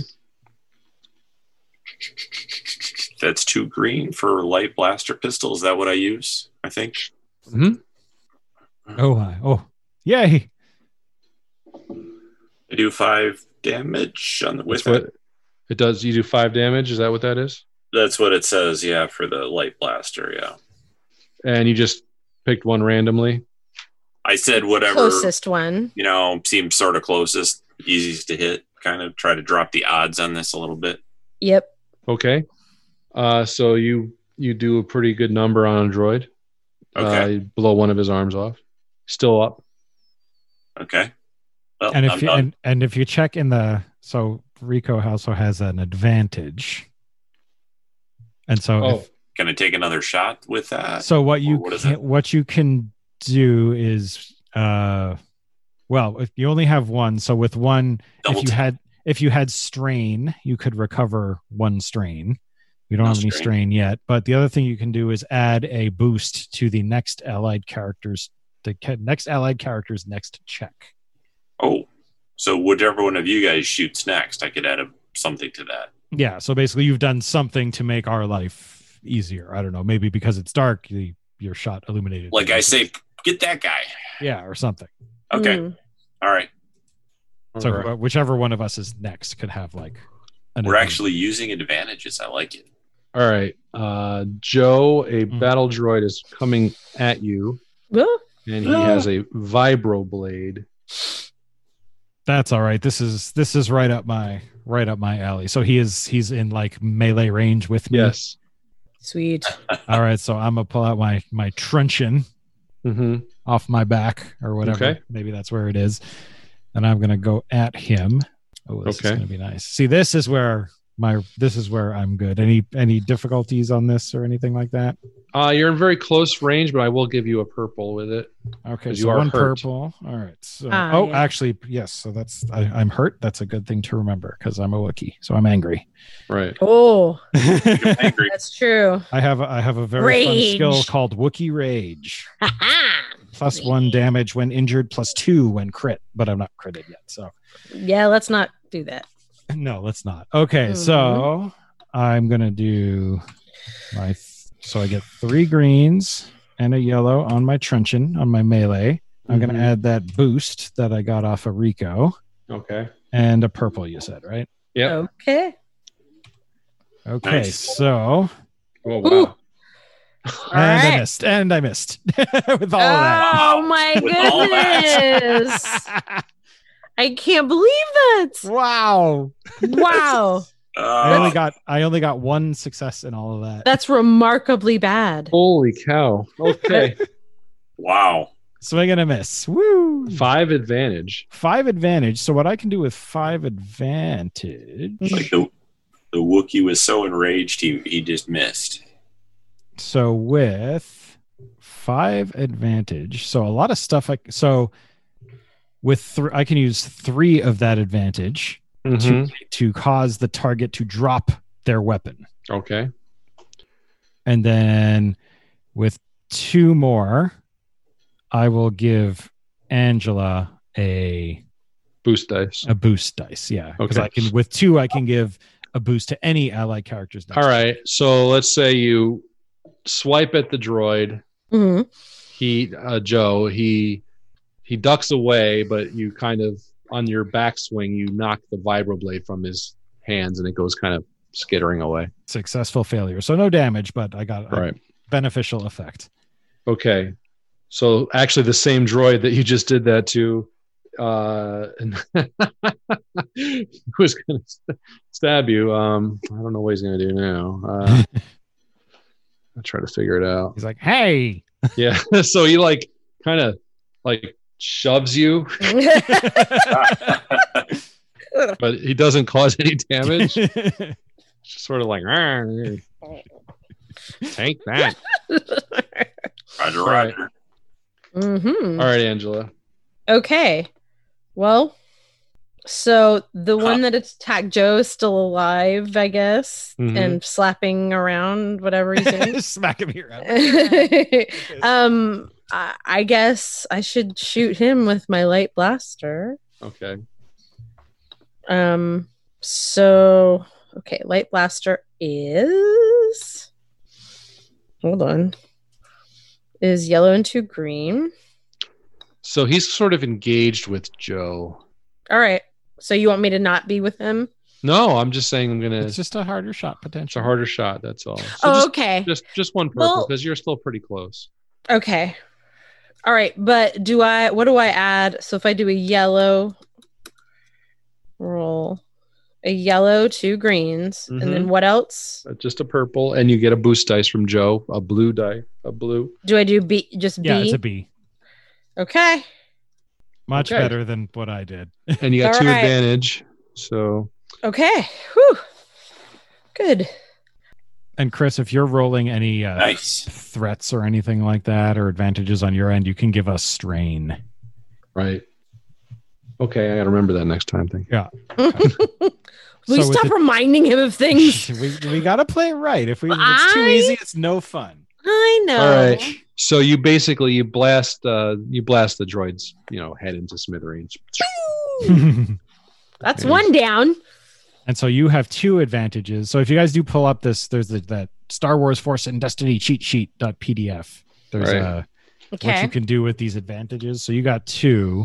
That's two green for light blaster pistol. Is that what I use? I think.
oh, my. oh, yay.
I do five damage on the with
That's
it.
what it does. You do five damage. Is that what that is?
That's what it says. Yeah, for the light blaster. Yeah,
And you just picked one randomly.
I said whatever.
Closest one.
You know, seems sort of closest, easiest to hit. Kind of try to drop the odds on this a little bit.
Yep.
Okay. Uh, so you you do a pretty good number on a droid. Uh,
Okay.
you blow one of his arms off. Still up.
okay. Well,
and if
I'm
you
done.
and, and if you check in the so Rico also has an advantage, and so
Oh,
if-
Can I take another shot with that?
so what you
what is
can,
it?
what you can do is uh, well if you only have one, so with one
Double
if you
tap.
had if you had strain, you could recover one strain. We don't
No
have any
strain.
strain yet, but the other thing you can do is add a boost to the next allied characters the ca- next allied character's next check.
Oh, so whichever one of you guys shoots next, I could add a, something to that.
yeah so basically you've done something to make our life easier i don't know maybe because it's dark you, your shot illuminated
Like I say, get that guy.
yeah or something
Okay.
Mm.
All right.
so
Alright.
wh- whichever one of us is next could have like an
We're
advantage.
actually using advantages. I like it.
All right. Uh, Joe, a
Mhm.
battle droid is coming at you,
Well,
and he has a vibro blade.
that's all right this is this is right up my right up my alley so he is he's in like melee range with me
Yes.
Sweet.
all right so i'm gonna pull out my my truncheon
Mm-hmm.
off my back or whatever.
Okay.
Maybe that's where it is. And I'm gonna go at him. Oh, this is
Okay.
gonna be nice. See, this is where my this is where I'm good. Any any difficulties on this or anything like that?
Uh, you're in very close range, but I will give you a purple with it.
Okay,
'Cause
so
you are
one
hurt.
purple. All right. So
Ah,
oh,
yeah.
actually, yes. So that's I, I'm hurt. That's a good thing to remember because I'm a Wookiee, so I'm angry.
Right.
Oh,
I
Angry.
that's true.
have a, I have a very
Rage.
fun skill called Wookiee Rage.
Ha-ha.
Plus one damage when injured, plus two when crit, but I'm not critted yet. So
yeah, let's not do that.
No, let's not. Okay,
Mm-hmm.
so I'm gonna do my th- so I get three greens and a yellow on my truncheon on my melee. I'm gonna
Mm-hmm.
Mhm.
add that boost that I got off of Rico
Okay.
and a purple. You said right?
Yep.
Okay.
Okay,
Nice.
so
Oh,
Ooh.
wow.
All
and I
right.
missed, and I missed with all
Oh my
With all that.
of
goodness.
that.
I can't believe that.
wow!
Wow.
I only
Uh,
got I only got one success in all of that.
That's remarkably bad.
Holy cow. Okay.
wow.
Swing and a miss. Woo!
Five advantage.
Five advantage. So what I can do with five advantage?
Like the the Wookiee was so enraged he he just missed.
So with five advantage, so a lot of stuff. Like so, with thr I can use three of that advantage
Mhm.
to cause the target to drop their weapon,
Okay.
and then with two more, I will give Angela a
Boost dice.
a boost dice. Yeah, because
Okay.
I can with two I can give a boost to any allied characters.
All right. So let's say you swipe at the droid.
hmm
He, uh, Joe, he he ducks away, but you kind of on your backswing, you knock the vibroblade from his hands, and it goes kind of skittering away.
Successful failure. So no damage, but I got a
Right.
beneficial effect.
Okay. So actually, the same droid that you just did that to uh, was going to stab you. Um, I don't know what he's going to do now. Uh, I'll try to figure it out.
He's like, hey.
Yeah. so he like kind of like shoves you, but he doesn't cause any damage. It's just sort of like, "Arr, take that.
Roger,
Right.
Roger.
All
hmm
right, Angela.
Okay. Well, so the one that attacked Joe is still alive, I guess,
Mhm.
and slapping around whatever he's doing.
Smack him here.
um, I, I guess I should shoot him with my light blaster.
Okay.
Um, so okay, light blaster is hold on, is yellow into green.
So he's sort of engaged with Joe.
All right, so you want me to not be with him?
No, I'm just saying I'm gonna.
It's just a harder shot
It's a
potential.
harder shot. That's all. So
oh,
just,
okay,
just just one purple
Well-
because you're still pretty close.
okay, all right. But do I? What do I add? So if I do a yellow roll, a yellow, two greens, and
Mm-hmm.
then what else?
Uh, Just a purple, and you get a boost dice from Joe. A blue die. A blue.
Do I do B? Just B?
Yeah, it's a B.
okay.
Much
Okay.
better than what I did.
And you got
All
two
right.
advantage. So
Okay. Whew. Good.
And Chris, if you're rolling any uh,
Nice.
threats or anything like that or advantages on your end, you can give us strain.
right. Okay, I gotta remember that next time. Thank you.
Will you
So with
stop
the-
reminding him of things?
we, we got to play it right. If we if it's too
I-
easy, it's no fun.
I know.
All
Oh.
right. So you basically you blast uh you blast the droid's you know head into smithereens.
and
That's
Yeah.
one down.
so you have two advantages. So if you guys do pull up this, there's the, that Star Wars Force and Destiny cheat sheet dot PDF. There's
Right.
a what you
Okay.
can do with these advantages. So you got two.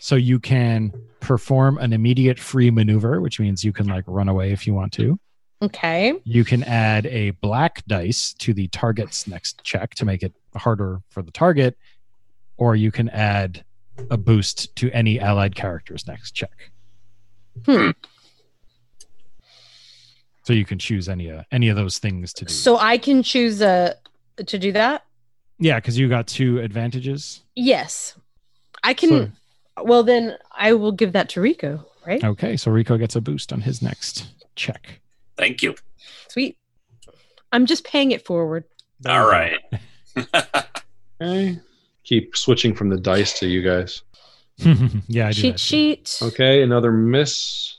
So you can perform an immediate free maneuver, which means you can like run away if you want to.
Okay.
You can add a black dice to the target's next check to make it harder for the target, or you can add a boost to any allied character's next check.
Hmm.
So you can choose any uh, any of those things to do.
So I can choose a to do that.
yeah, because you got two advantages.
Yes, I can. Well, then I will give that to Rico. Right.
So- okay, so Rico gets a boost on his next check.
Thank you.
Sweet. I'm just paying it forward.
All right.
Okay. Keep switching from the dice to you guys.
yeah, I do.
Cheat
that too.
sheet.
Okay, another miss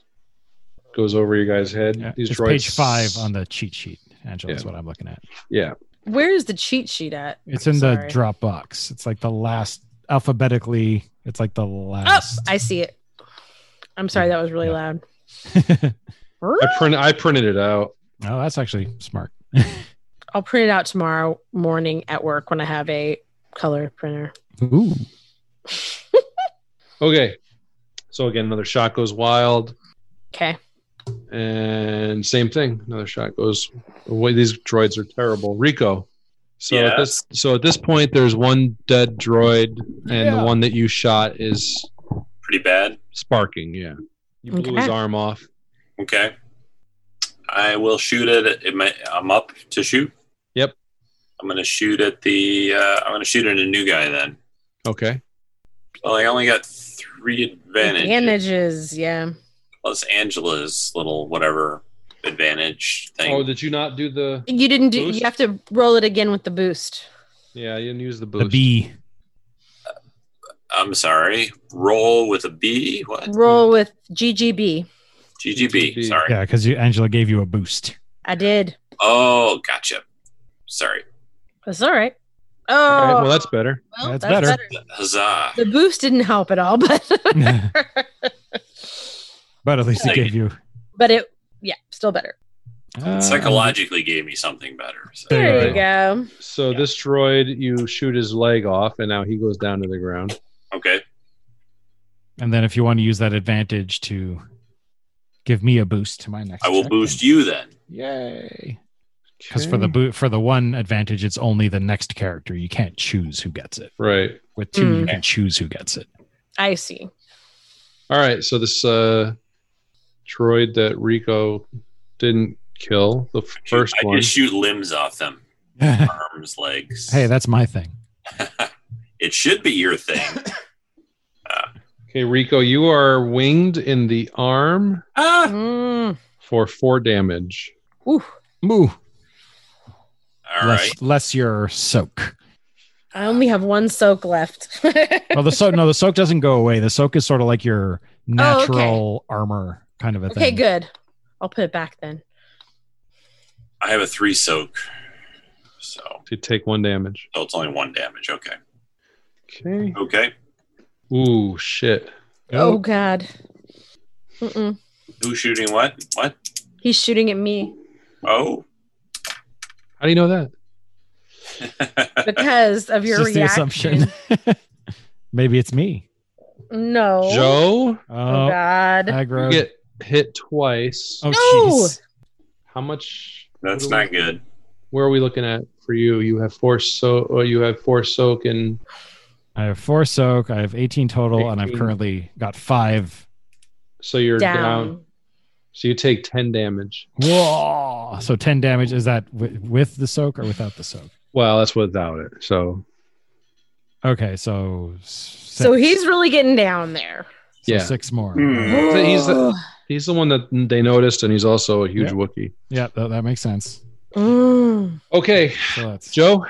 goes over your guys' head.
Yeah,
These
it's
droids
page five on the cheat sheet, Angela. That's
Yeah.
what I'm looking at.
Yeah.
Where is the cheat sheet at?
It's
I'm
in the
sorry.
Dropbox. It's like the last alphabetically. It's like the
Oh,
last.
I see it. I'm sorry, that was really
Yeah.
loud.
I print I printed it out.
oh, that's actually smart.
I'll print it out tomorrow morning at work when I have a color printer.
Ooh,
Okay. So again, another shot goes wild,
Okay.
and same thing. Another shot goes away. These droids are terrible. Rico. So at this so at this point, there's one dead droid, and the
Yeah.
one that you shot is
Pretty bad.
sparking. Yeah, you blew
Okay.
his arm off.
Okay. I will shoot it. it might, I'm up to shoot.
Yep.
I'm gonna shoot at the. Uh, I'm gonna shoot at a new guy then.
Okay.
Well, I only got three advantages
Advantages, yeah.
plus Angela's little whatever advantage thing.
Oh, did you not do the?
You didn't do.
Boost?
You have to roll it again with the boost.
Yeah, you didn't use the
The
boost.
B.
I'm sorry. Roll with a B. What?
Roll with GGB.
GGB.
GGB.
Sorry.
Yeah, because Angela gave you a boost.
I did.
Oh, gotcha. Sorry.
That's all right. Oh,
All right, well, that's better.
well,
that's better.
Huzzah.
The boost didn't help at all, but
But at least it
Like-
gave you.
but it yeah, still better.
Uh,
Psychologically gave me something better. So.
There you
There you go.
So this droid, you shoot his leg off, and now he goes down to the ground.
Okay.
And then if you want to use that advantage to give me a boost to my next,
I will boost you then.
Yay! Because for the boot for the one advantage, it's only the next character. You can't choose who gets it.
right.
With two, you
Mm.
can choose who gets it.
I see.
All right, so this uh, droid that Rico didn't kill, the f- first
I
one.
just shoot limbs off them.
hey,
Arms, legs.
that's my thing.
it should be your thing.
Okay, Rico, you are winged in the arm
ah!
Mm.
for four damage.
Ooh,
Moo.
All
less,
right.
less your soak.
I only have one soak left.
Well, the soak no, the soak doesn't go away. The soak is sort of like your
Oh, okay.
natural armor kind of a thing.
okay, good. I'll put it back then.
I have a three soak. So,
To take one damage.
so it's only one damage. Okay.
Okay.
Okay.
Ooh, shit.
Oh God. Mm-mm.
Who's shooting what? What?
He's shooting at me
Oh.
How do you know that?
because of
It's
your
just the
reaction.
assumption. Maybe it's me.
No.
Joe,
Oh,
Oh,
God.
aggro.
you get hit twice.
oh,
No!
jeez.
How much?
That's
what are
not good.
we- Where are we looking at for you? You have four so. Or you have four soak and
I have four soak. I have 18 total, and I've
18.
currently got five.
so you're
down.
down. So you take ten damage.
Whoa! So 10 damage. Is that wi- with the soak or without the soak?
Well, that's without it. So
Okay, so six.
So he's really getting down there.
So
Yeah.
six more.
Hmm.
So he's the- he's the one that they noticed, and he's also a huge
Yeah.
Wookiee.
Yeah, that, that makes sense.
Mm.
Okay,
So that's
Joe.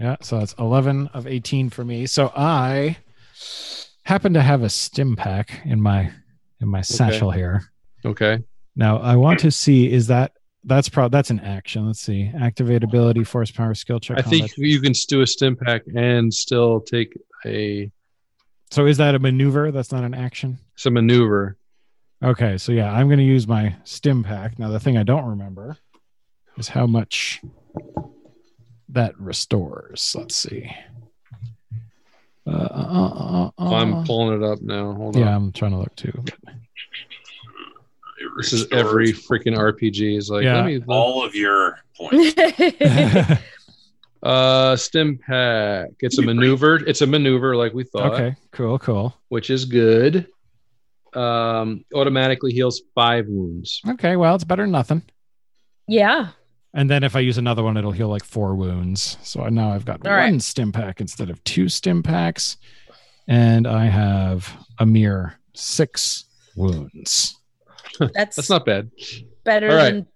Yeah, so that's 11 of 18 for me. So I happen to have a stim pack in my in my satchel here.
Okay.
Now, I want to see is that that's pro that's an action. Let's see. Activate ability, force power, skill check.
I think
combat.
you can do a stim pack and still take a
so is that a maneuver? That's not an action.
some maneuver.
Okay, so yeah, I'm going to use my stim pack. Now, the thing I don't remember is how much that restores. Let's see. Uh, uh, uh, uh, uh.
I'm pulling it up now. Hold
yeah,
on.
I'm trying to look too.
It
This is
restores
every freaking RPG is like
Yeah.
let me look.
all of your points.
uh stim pack. It's a maneuver. It's a maneuver like we thought,
Okay, cool, cool.
which is good. Um automatically heals 5 wounds.
Okay, well, it's better than nothing.
yeah.
And then if I use another one, it'll heal like four wounds. So I- now I've got
All
one
right.
stim pack instead of two stim packs. And I have a mere six wounds.
That's,
That's not bad.
better
all right.
than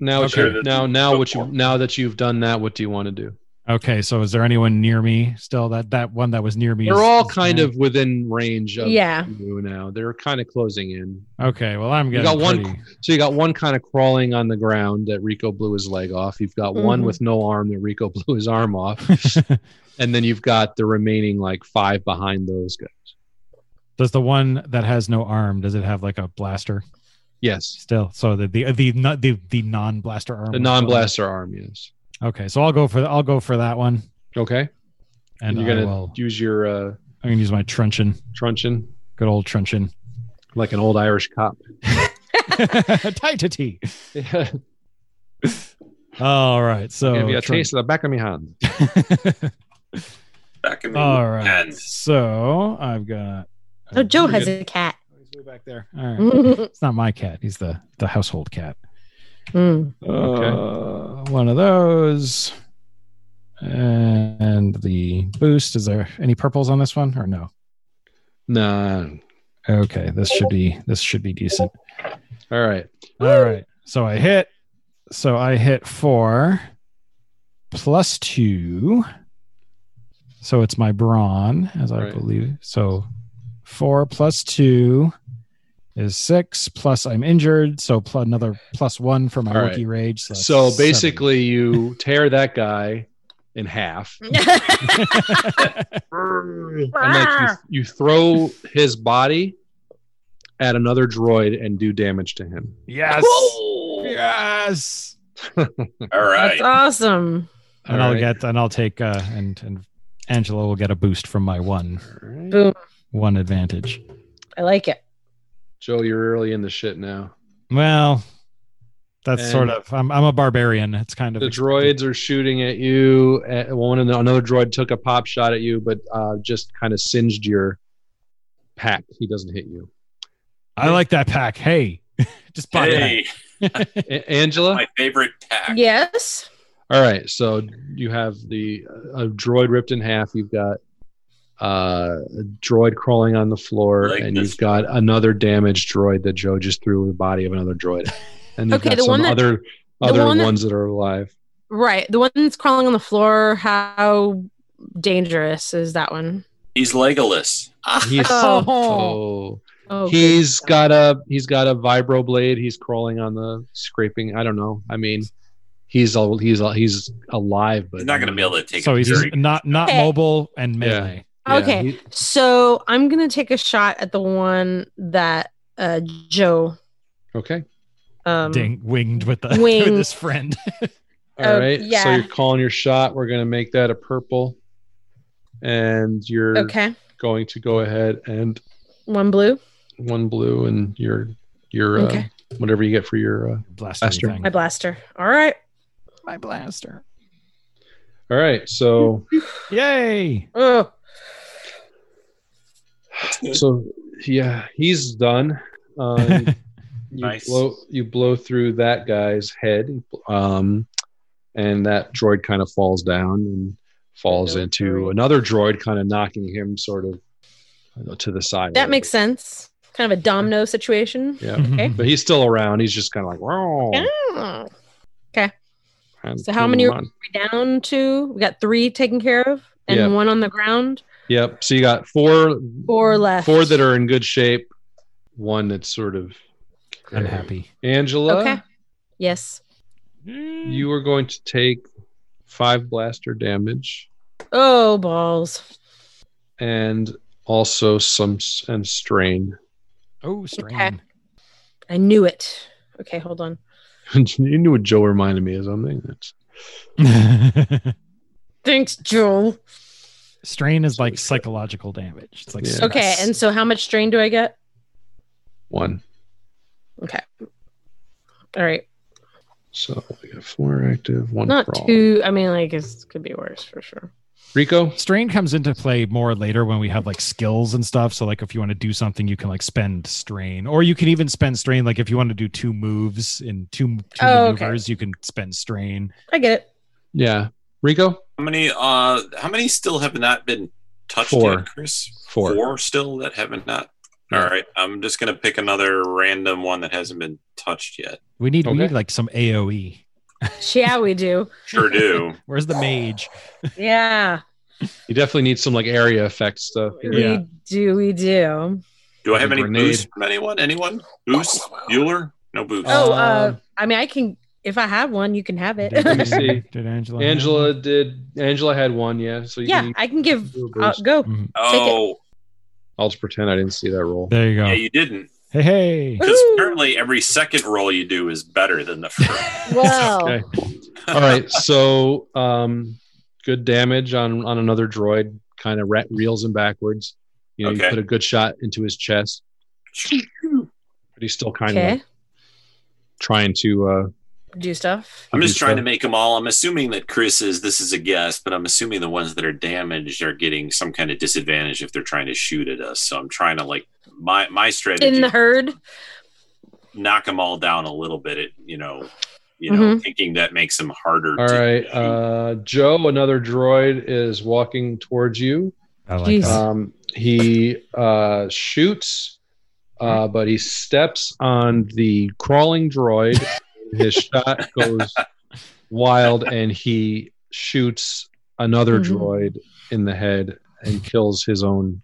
Now it's
Okay.
your, now now what you now that you've done that what do you want to do?
Okay, so is there anyone near me still? That that one that was near me.
They're
is-
all
is
kind
down.
of within range of
Yeah.
you now. They're kind of closing in.
Okay, well I'm
You
getting
got one-
pretty-
So you got one kind of crawling on the ground that Rico blew his leg off. You've got one
Mhm.
with no arm that Rico blew his arm off, and then you've got the remaining like five behind those guys.
does the one that has no arm does it have like a blaster
Yes,
still? So the the the not the, the non blaster arm.
the
was
non-blaster arm. Yes.
still- Okay, so I'll go for I'll go for that one,
Okay.
and,
you're
I
gonna
will.
use your uh,
I'm gonna use my truncheon,
truncheon
good old truncheon.
like an old Irish cop.
Tight to tea. All right. So
Give you a
try-
taste of the back of my hand.
Back in the
All right.
And
So I've got.
Oh, Joe
You're
has Mm.
good.
a cat.
He's way back there. All right. It's not my cat. He's the the household cat.
Mm.
Uh, one of those. And the boost. Is there any purples on this one or no?
Nah.
Okay, this should be this should be decent.
All right.
All right. So I hit. So I hit four plus two. So it's my brawn, as I
Right.
believe. So four plus two is six. Plus I'm injured, so pl- another plus one for my
All right.
rookie rage. So, that's
So
seven.
basically, you tear that guy in half, and like you, you throw his body at another droid and do damage to him.
yes,
Whoa!
yes.
All
That's
right.
awesome.
And
All
I'll
right.
get and I'll take uh, and and Angela will get a boost from my one
All right.
Boom.
one advantage.
I like it.
Joe, you're really in the shit now.
Well, that's
And-
sort of. I'm, I'm a barbarian. It's kind of
The droids are shooting at you. uh, One and another droid took a pop shot at you, but uh, just kind of singed your pack. He doesn't hit you.
I like that pack. Hey, just buy that.
Hey,
A- Angela.
my favorite pack.
Yes.
All right, so you have the uh, a droid ripped in half. You've got uh, a droid crawling on the floor,
Like
and
this.
you've got another damaged droid that Joe just threw the body of another droid. And you've
Okay,
got
the
some
one that-
other
the
other
one that-
ones that are alive.
Right. The one that's crawling on the floor, how dangerous is that one?
He's Legolas. Ah,
He's
Oh.
oh,
Oh,
he's got a he's got a vibro blade. He's crawling on the scraping. I don't know. I mean, he's all he's all, he's alive, but
He's not going to be able to take.
So
a
he's
very-
not not
Okay.
mobile and melee.
Yeah,
Okay.
he-
So I'm gonna take a shot at the one that uh, Joe
okay.
um,
Ding, winged with the
Winged.
with his friend.
All right.
Oh,
So
yeah.
you're calling your shot. We're going to make that a purple. And you're
Okay,
going to go ahead and
one blue.
one blue and your your
Okay.
uh, whatever you get for your uh,
Blaster
Blaster.
thing.
My blaster. All right.
My blaster.
All right. So
Yay!
Oh,
so yeah, he's done. Um, you
Nice.
blow you blow through that guy's head um and that droid kind of falls down and falls
No
into
worry.
another droid kind of knocking him sort of you know, to the side. a
that
little
makes sense. Kind of a domino situation.
bit. Yeah. But he's still around. He's just kind of like, wow.
Oh.
And
So how
boom,
many-
on.
We down to we got three taken care of and
Yeah.
one on the ground.
Yep. So you got four,
Four left.
four that are in good shape, one that's sort of
I'm happy.
Angela,
Okay. Yes.
you are going to take five blaster damage
Oh balls.
and also some s- and strain.
Oh, strain.
Okay. I knew it. Okay, hold on.
you knew what Joe reminded me of something. That's
Thanks, Joel.
strain is like psychological damage. It's like
Yeah.
stress.
Okay, and so how much strain do I get?
one.
All right.
So we got four active, one
Not
for all.
too I mean like it could be worse for sure.
Rico,
strain comes into play more later when we have like skills and stuff so like if you want to do something you can like spend strain or you can even spend strain like if you want to do two moves in two, two
Oh, okay.
maneuvers you can spend strain
I get it.
yeah, Rico,
How many? Uh, how many still have not been touched
Four.
yet, Chris?
Four.
still that haven't not.
Yeah.
All right, I'm just gonna pick another random one that hasn't been touched yet.
we need we
Okay.
need like some aoe
Yeah, we do.
Sure do.
where's the mage
Yeah.
you definitely need some like area effect stuff.
Yeah.
We do, we do.
Do I have any
Grenade.
boost from anyone? Anyone? Boost? Bueller? No boost.
Oh, uh
Um,
I mean I can if I have one, you can have it.
Let me see.
did angela have
Angela did. Angela had one, yeah. So you
yeah,
can
I can give
do a
uh,
boost.
go.
one? Mhm.
Oh,
I'll just pretend I didn't see that roll.
there you go
yeah, you didn't.
hey hey
Because
Woo!
apparently every second roll you do is better than the first.
Wow.
Okay. All right. So, um, good damage on on another droid. Kind of re- reels him backwards. You know, you
Okay.
put a good shot into his chest, but he's still kind
Okay.
of trying to. Uh,
Do stuff.
I'm just
do
trying
stuff.
to make them all. I'm assuming that Chris is, this is a guess, but I'm assuming the ones that are damaged are getting some kind of disadvantage if they're trying to shoot at us. So I'm trying to like, my, my strategy,
In the herd.
knock them all down a little bit, at, you know, you know,
Mm-hmm.
thinking that makes them harder.
All
to
right,
shoot.
uh, Joe. Another droid is walking towards you.
I like
Jeez.
that.
Um, he uh, shoots, uh, but he steps on the crawling droid. His shot goes wild, and he shoots another
Mhm.
droid in the head and kills his own.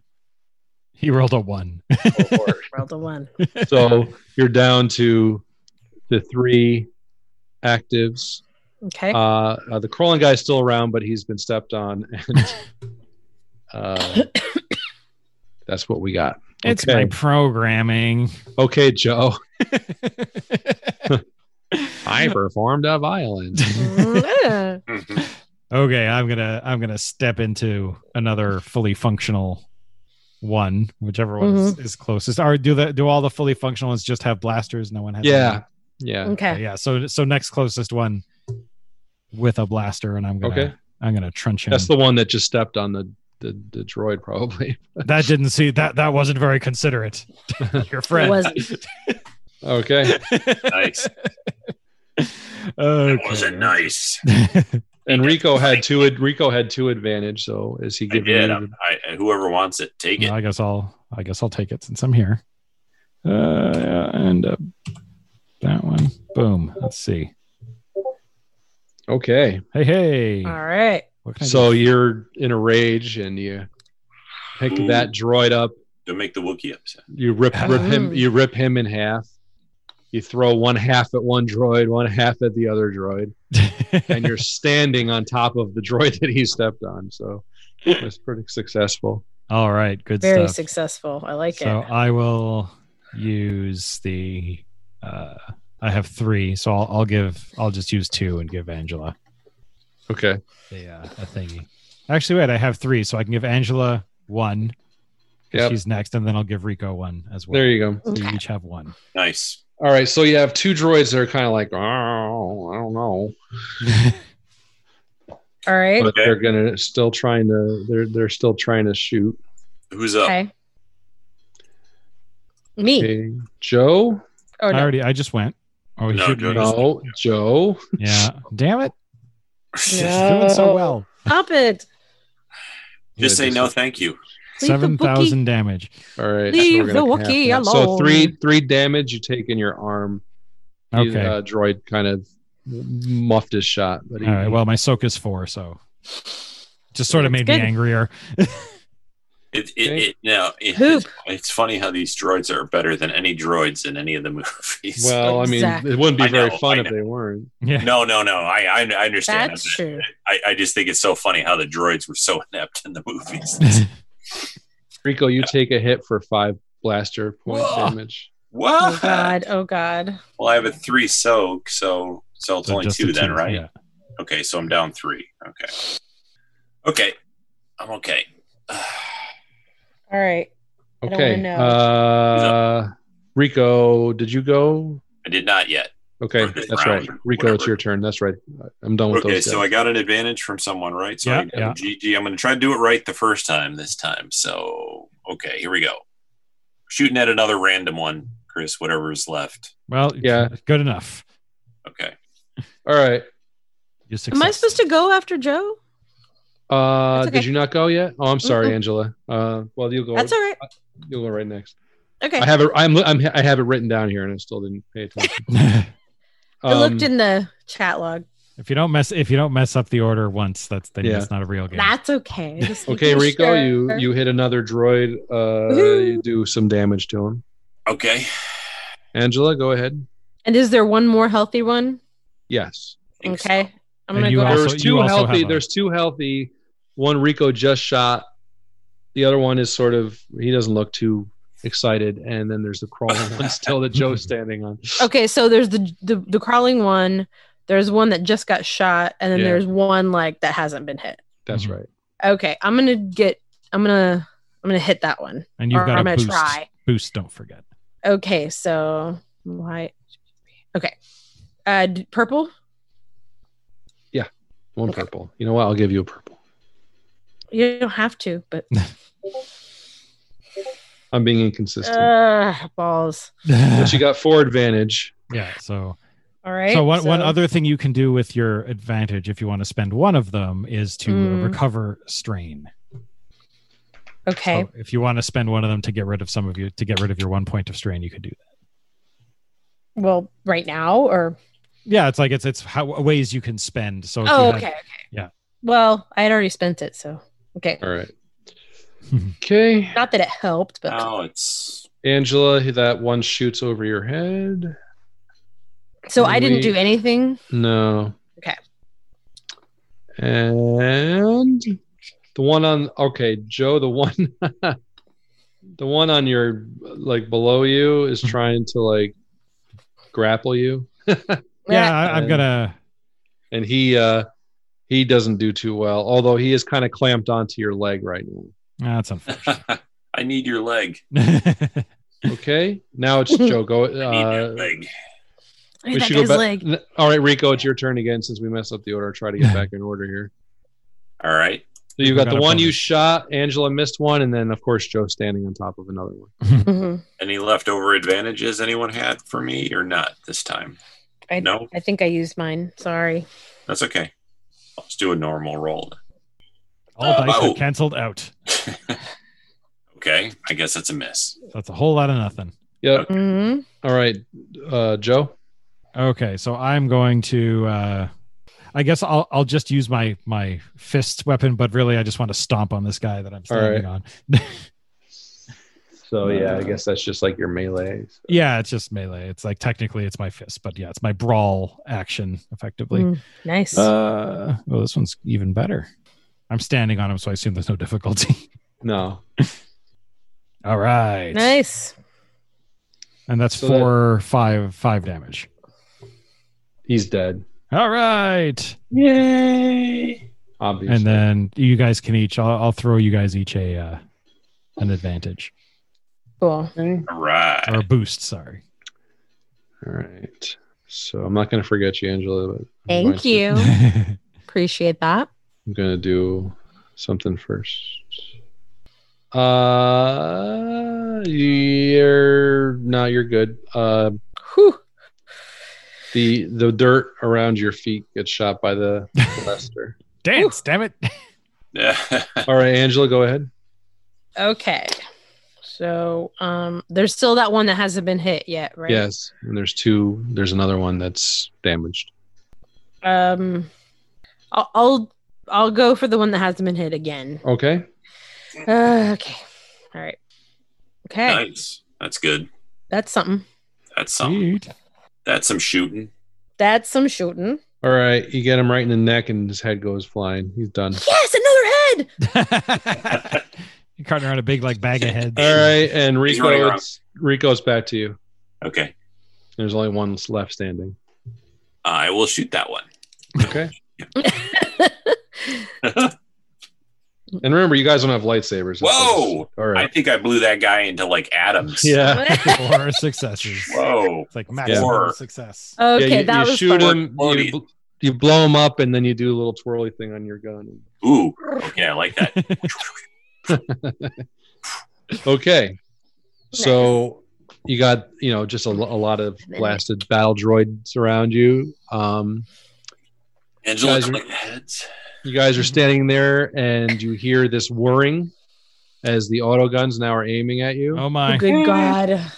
He rolled a one.
cohort.
Rolled a one.
so you're down to the three actives.
Okay.
Uh, uh, the crawling guy's still around, but he's been stepped on, and uh, that's what we got.
It's
Okay.
my programming.
Okay, Joe. I performed a violin.
Mm, Yeah.
Mhm.
Okay, I'm gonna I'm gonna step into another fully functional one, whichever one is, is closest. Or do the do all the fully functional ones just have blasters? No one has.
Yeah, yeah.
any?
okay.
yeah. So so next closest one with a blaster, and I'm gonna
Okay.
I'm gonna trunch him.
That's the one that just stepped on the the, the droid, probably.
that didn't see that that wasn't very considerate. Your friend
wasn't.
Okay,
Nice.
Okay.
That wasn't nice.
and Rico had two. ad- Rico had two advantage. So is he
I
giving?
did.
you-
I, I- whoever wants it, take it.
Well, I guess I'll I guess I'll take it since I'm here. Uh, and uh, that one. Boom. Let's see.
okay,
Hey hey.
All right.
What can I
so
do?
you're in a rage and you pick
Ooh.
that droid up.
Don't make the Wookiee upset.
You rip rip him.
Oh.
Mm.
You rip him in half. You throw one half at one droid, one half at the other droid, and you're standing on top of the droid that he stepped on. So it was pretty successful.
All right. Good
Very
stuff.
successful. I like
so uh,
it.
I will use the. Uh, I have three, so I'll, I'll give. I'll just use two and give Angela
Okay.
the uh, a thingy. Actually, wait. I have three, so I can give Angela one. 'cause
Yep.
She's next, and then I'll give Rico one as well.
There you go.
So you
Okay.
each have one.
Nice.
All right, so you have two droids that are kind of like, oh, I don't know,
Oh, All right.
but they're gonna still trying to they're they're still trying to shoot.
Who's up?
Okay. Me.
Okay, Joe,
Oh
I
no.
already. I just went. Oh, he
No,
shouldn't
go
be.
to-
no, Joe.
Yeah. Damn it.
Yeah.
She's doing so
No.
well.
Stop it.
Just
Yeah,
say no, thank you.
Leave the
Seven
Wookiee-
thousand damage.
All right,
Leave
we're gonna
the
cap
Wookiee
that. So
alone.
three three damage you take in your arm. He,
Okay.
uh, droid kind of muffed his shot, but he,
All right. Well, my soak is four, so just sort of
That's
made me
good.
angrier.
It, it,
Okay.
it, no, it-
Hoop.
It's funny how these droids are better than any droids in any of the movies.
well, I mean,
Exactly.
it wouldn't
I
be very
know,
fun
I
if
know.
they weren't.
Yeah.
no, no, no. I, I, I understand.
That's true.
I, I just think it's so funny how the droids were so inept in the movies.
Oh,
Rico, you take a hit for five blaster point
Whoa.
damage.
Oh
what?
god. Oh god.
Well, I have a three soak, so so it's
So
only
just
two
the
then,
two,
right?
yeah.
Okay, so I'm down three. Okay. Okay. I'm okay.
All right. I don't
Okay,
wanna know.
uh, Rico, did you go?
I did not yet.
Okay,
Or this
that's right.
round,
Rico, it's
whatever.
your turn. That's right. I'm done with
Okay,
those.
so I got an advantage from someone, right? So I
Yeah, yeah.
GG. I'm going to try to do it right the first time this time. So, okay, here we go. Shooting at another random one, Chris, whatever's left.
Well,
Yeah.
Good enough.
Okay.
All right.
Your
Am I
success.
supposed to go after Joe?
Uh,
That's okay.
Did you not go yet? Oh, I'm sorry,
Mm-mm.
Angela. Uh, well, you'll go.
That's all right.
You'll go right next.
Okay.
I have it. I'm, I'm. I have it written down here, and I still didn't pay attention.
I looked
Um,
in the chat log.
if you don't mess, if you don't mess up the order once, that's then
Yeah.
it's not a real game.
That's okay. Just
Okay,
making
Rico,
sure.
you you hit another droid. Uh,
Woohoo.
you do some damage to him.
Okay.
Angela, go ahead.
And is there one more healthy one?
Yes.
I think so.
Okay. I'm
And
gonna
you
go.
also-
after
There's two
you also have
healthy.
a-
There's two healthy. One Rico just shot. The other one is sort of. He doesn't look too excited. And then there's the crawling one still that Joe's standing on.
Okay, so there's the, the the crawling one. There's one that just got shot, and then
Yeah.
there's one like that hasn't been hit.
That's
Mhm.
right.
Okay, I'm gonna get. I'm gonna. I'm gonna hit that one.
and you've
or
got
I'm
a
gonna
boost.
try.
Boost. Don't forget.
Okay, so why? Okay, uh, d- purple.
One purple. You know what? I'll give you a purple.
You don't have to, but
I'm being inconsistent.
uh, balls.
but you got four advantage.
yeah. So
All right.
So one, one other thing you can do with your advantage, if you want to spend one of them, is to uh,
Mm.
recover strain. So
Okay.
Oh, if you want to spend one of them to get rid of some of you to get rid of your one point of strain, you could do that.
Well, right now or
Yeah, it's like it's it's how ways you can spend. So if you
oh,
have-
okay. Okay.
yeah.
Well, I had already spent it, so okay.
All right. okay.
Not that it helped, but
Now it's
Angela, that one shoots over your head.
so I didn't do
we-
anything.
No.
Okay.
And the one on okay, Joe, the one the one on your like below you is trying to like grapple you
yeah, I, I'm
Uh,
gonna.
and he uh he doesn't do too well, although he is kind of clamped onto your leg right now.
ah, That's unfortunate.
I need your leg.
Okay? Now it's Joe go
I need your
uh
leg.
Look at that
should go
guy's
back-
leg.
N- All right, Rico, it's your turn again since we messed up the order. Try to get back in order here.
All right.
So you
We
got,
got
the
a
one you
bonus.
shot, Angela missed one, and then of course Joe standing on top of another one.
Mhm.
Any leftover advantages anyone had for me or not this time?
I
No?
I think I used mine. Sorry.
That's okay. Let's do a normal roll.
All dice
Oh.
are canceled out.
Okay. I guess that's a miss.
That's a whole lot of nothing.
Yep.
Mhm.
All right, uh, Joe.
Okay, so I'm going to. uh I guess I'll I'll just use my my fist weapon, but really I just want to stomp on this guy that I'm standing on.
So yeah, I guess that's just like your melee.
Yeah, it's just melee. It's like technically it's my fist, but yeah, it's my brawl action effectively.
Mm, nice.
Uh, well, this one's even better. I'm standing on him, so I assume there's no difficulty.
No.
All right,
nice.
and that's
So that-
four, five, five damage.
He's dead.
All right,
Yay.
Obviously.
and then you guys can each. I'll, I'll throw you guys each a uh, an advantage
Cool.
All right.
or a boost. Sorry.
All right. So I'm not gonna forget you, Angela, but I'm going
Thank
to-
you.
okay.
Appreciate that.
I'm gonna do something first. Uh you're no, you're good. Uh
Whew.
the the dirt around your feet gets shot by the Lester.
Dance, damn it!
All right, Angela, go ahead.
Okay. So um there's still that one that hasn't been hit yet, right?
Yes, and there's two. There's another one that's damaged.
Um I'll I'll, I'll go for the one that hasn't been hit again.
Okay.
Uh, okay. All right. Okay.
nice. That's good.
That's something.
That's
Oh.
some.
Sweet.
That's some shooting.
That's some shooting.
All right. You get him right in the neck, and his head goes flying. He's done.
Yes, another head.
You're carting around a big like bag of heads.
All right, and Rico,
running around.
it's- Rico's back to you.
Okay.
There's only one left standing.
I will shoot that one.
Okay. and remember, you guys don't have lightsabers.
Whoa!
All
I
right.
think I blew that guy into like atoms.
yeah.
Four successes.
Whoa.
It's like maximum
Four.
success.
okay,
yeah, you,
that
you
was
shoot
fun.
him. You, bl- you blow him up, and then you do a little twirly thing on your gun.
Ooh. Okay. I like that.
Okay. So you got you know just a, lo- a lot of blasted battle droids around you. Um,
Angela,
Guys,
click the heads.
You guys are standing there and you hear this whirring as the auto guns now are aiming at you.
oh
Oh,
my!
good God. I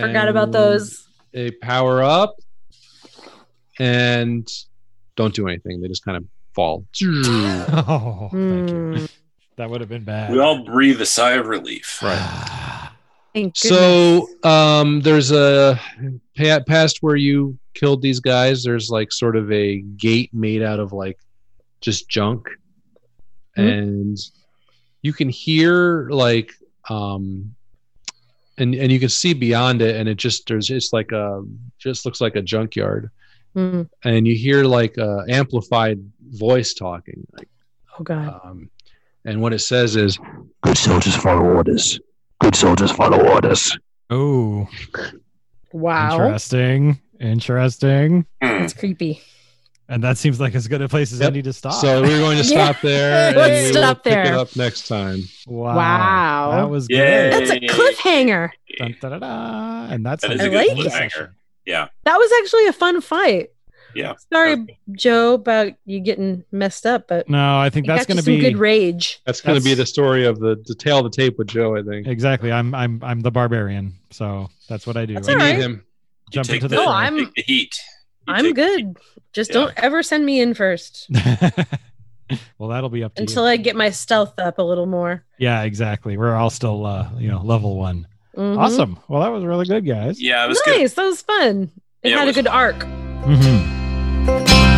forgot about those.
They power up and don't do anything. They just kind of fall.
Oh, thank you.
Mm,
That would have been bad.
We all breathe a sigh of relief.
right.
thank
So um, there's a pa- past where you killed these guys. There's like sort of a gate made out of like just junk,
Mhm.
and you can hear like um, and and you can see beyond it, and it just there's it's like a just looks like a junkyard,
goodness. Mm,
and you hear like a amplified voice talking, like
oh God.
um, and what it says is
Good soldiers follow orders. Good soldiers follow orders.
Oh,
Wow.
interesting. Interesting.
Hmm.
It's creepy.
And that seems like as good a place as
Yep.
any to stop.
So we're going to
Yeah.
stop there. and
Let's
we will
stop
Pick
there.
it up next time.
wow.
Wow.
That was
Yay.
good.
That's a cliffhanger.
Dun, da, da, da. And that's
That
how
is
we
a
get
good
the
cliffhanger.
session.
Yeah.
That was actually a fun fight.
Yeah.
Sorry, Joe, about you getting messed up, but
No, I think
you
that's
got
going
you
to
some
be
good rage.
That's going to be
That's-
the story of the, the tale of the tape with Joe. I think.
exactly. I'm I'm I'm the barbarian, so that's what I do.
That's
I
all
I
right.
need him.
Jump
take
into the.
the-
No,
Sure.
I'm
Take the heat. You
I'm
take the heat.
good. Just
Yeah.
don't ever send me in first
well, that'll be up to
until
you.
I get my stealth up a little more.
yeah, exactly. We're all still, uh, you know, level one.
Mhm.
Awesome. Well, that was really good, guys.
Yeah, it was good.
Nice. That was fun. It
Yeah, it
Mm-hmm.
had
was
a good arc.
Mhm.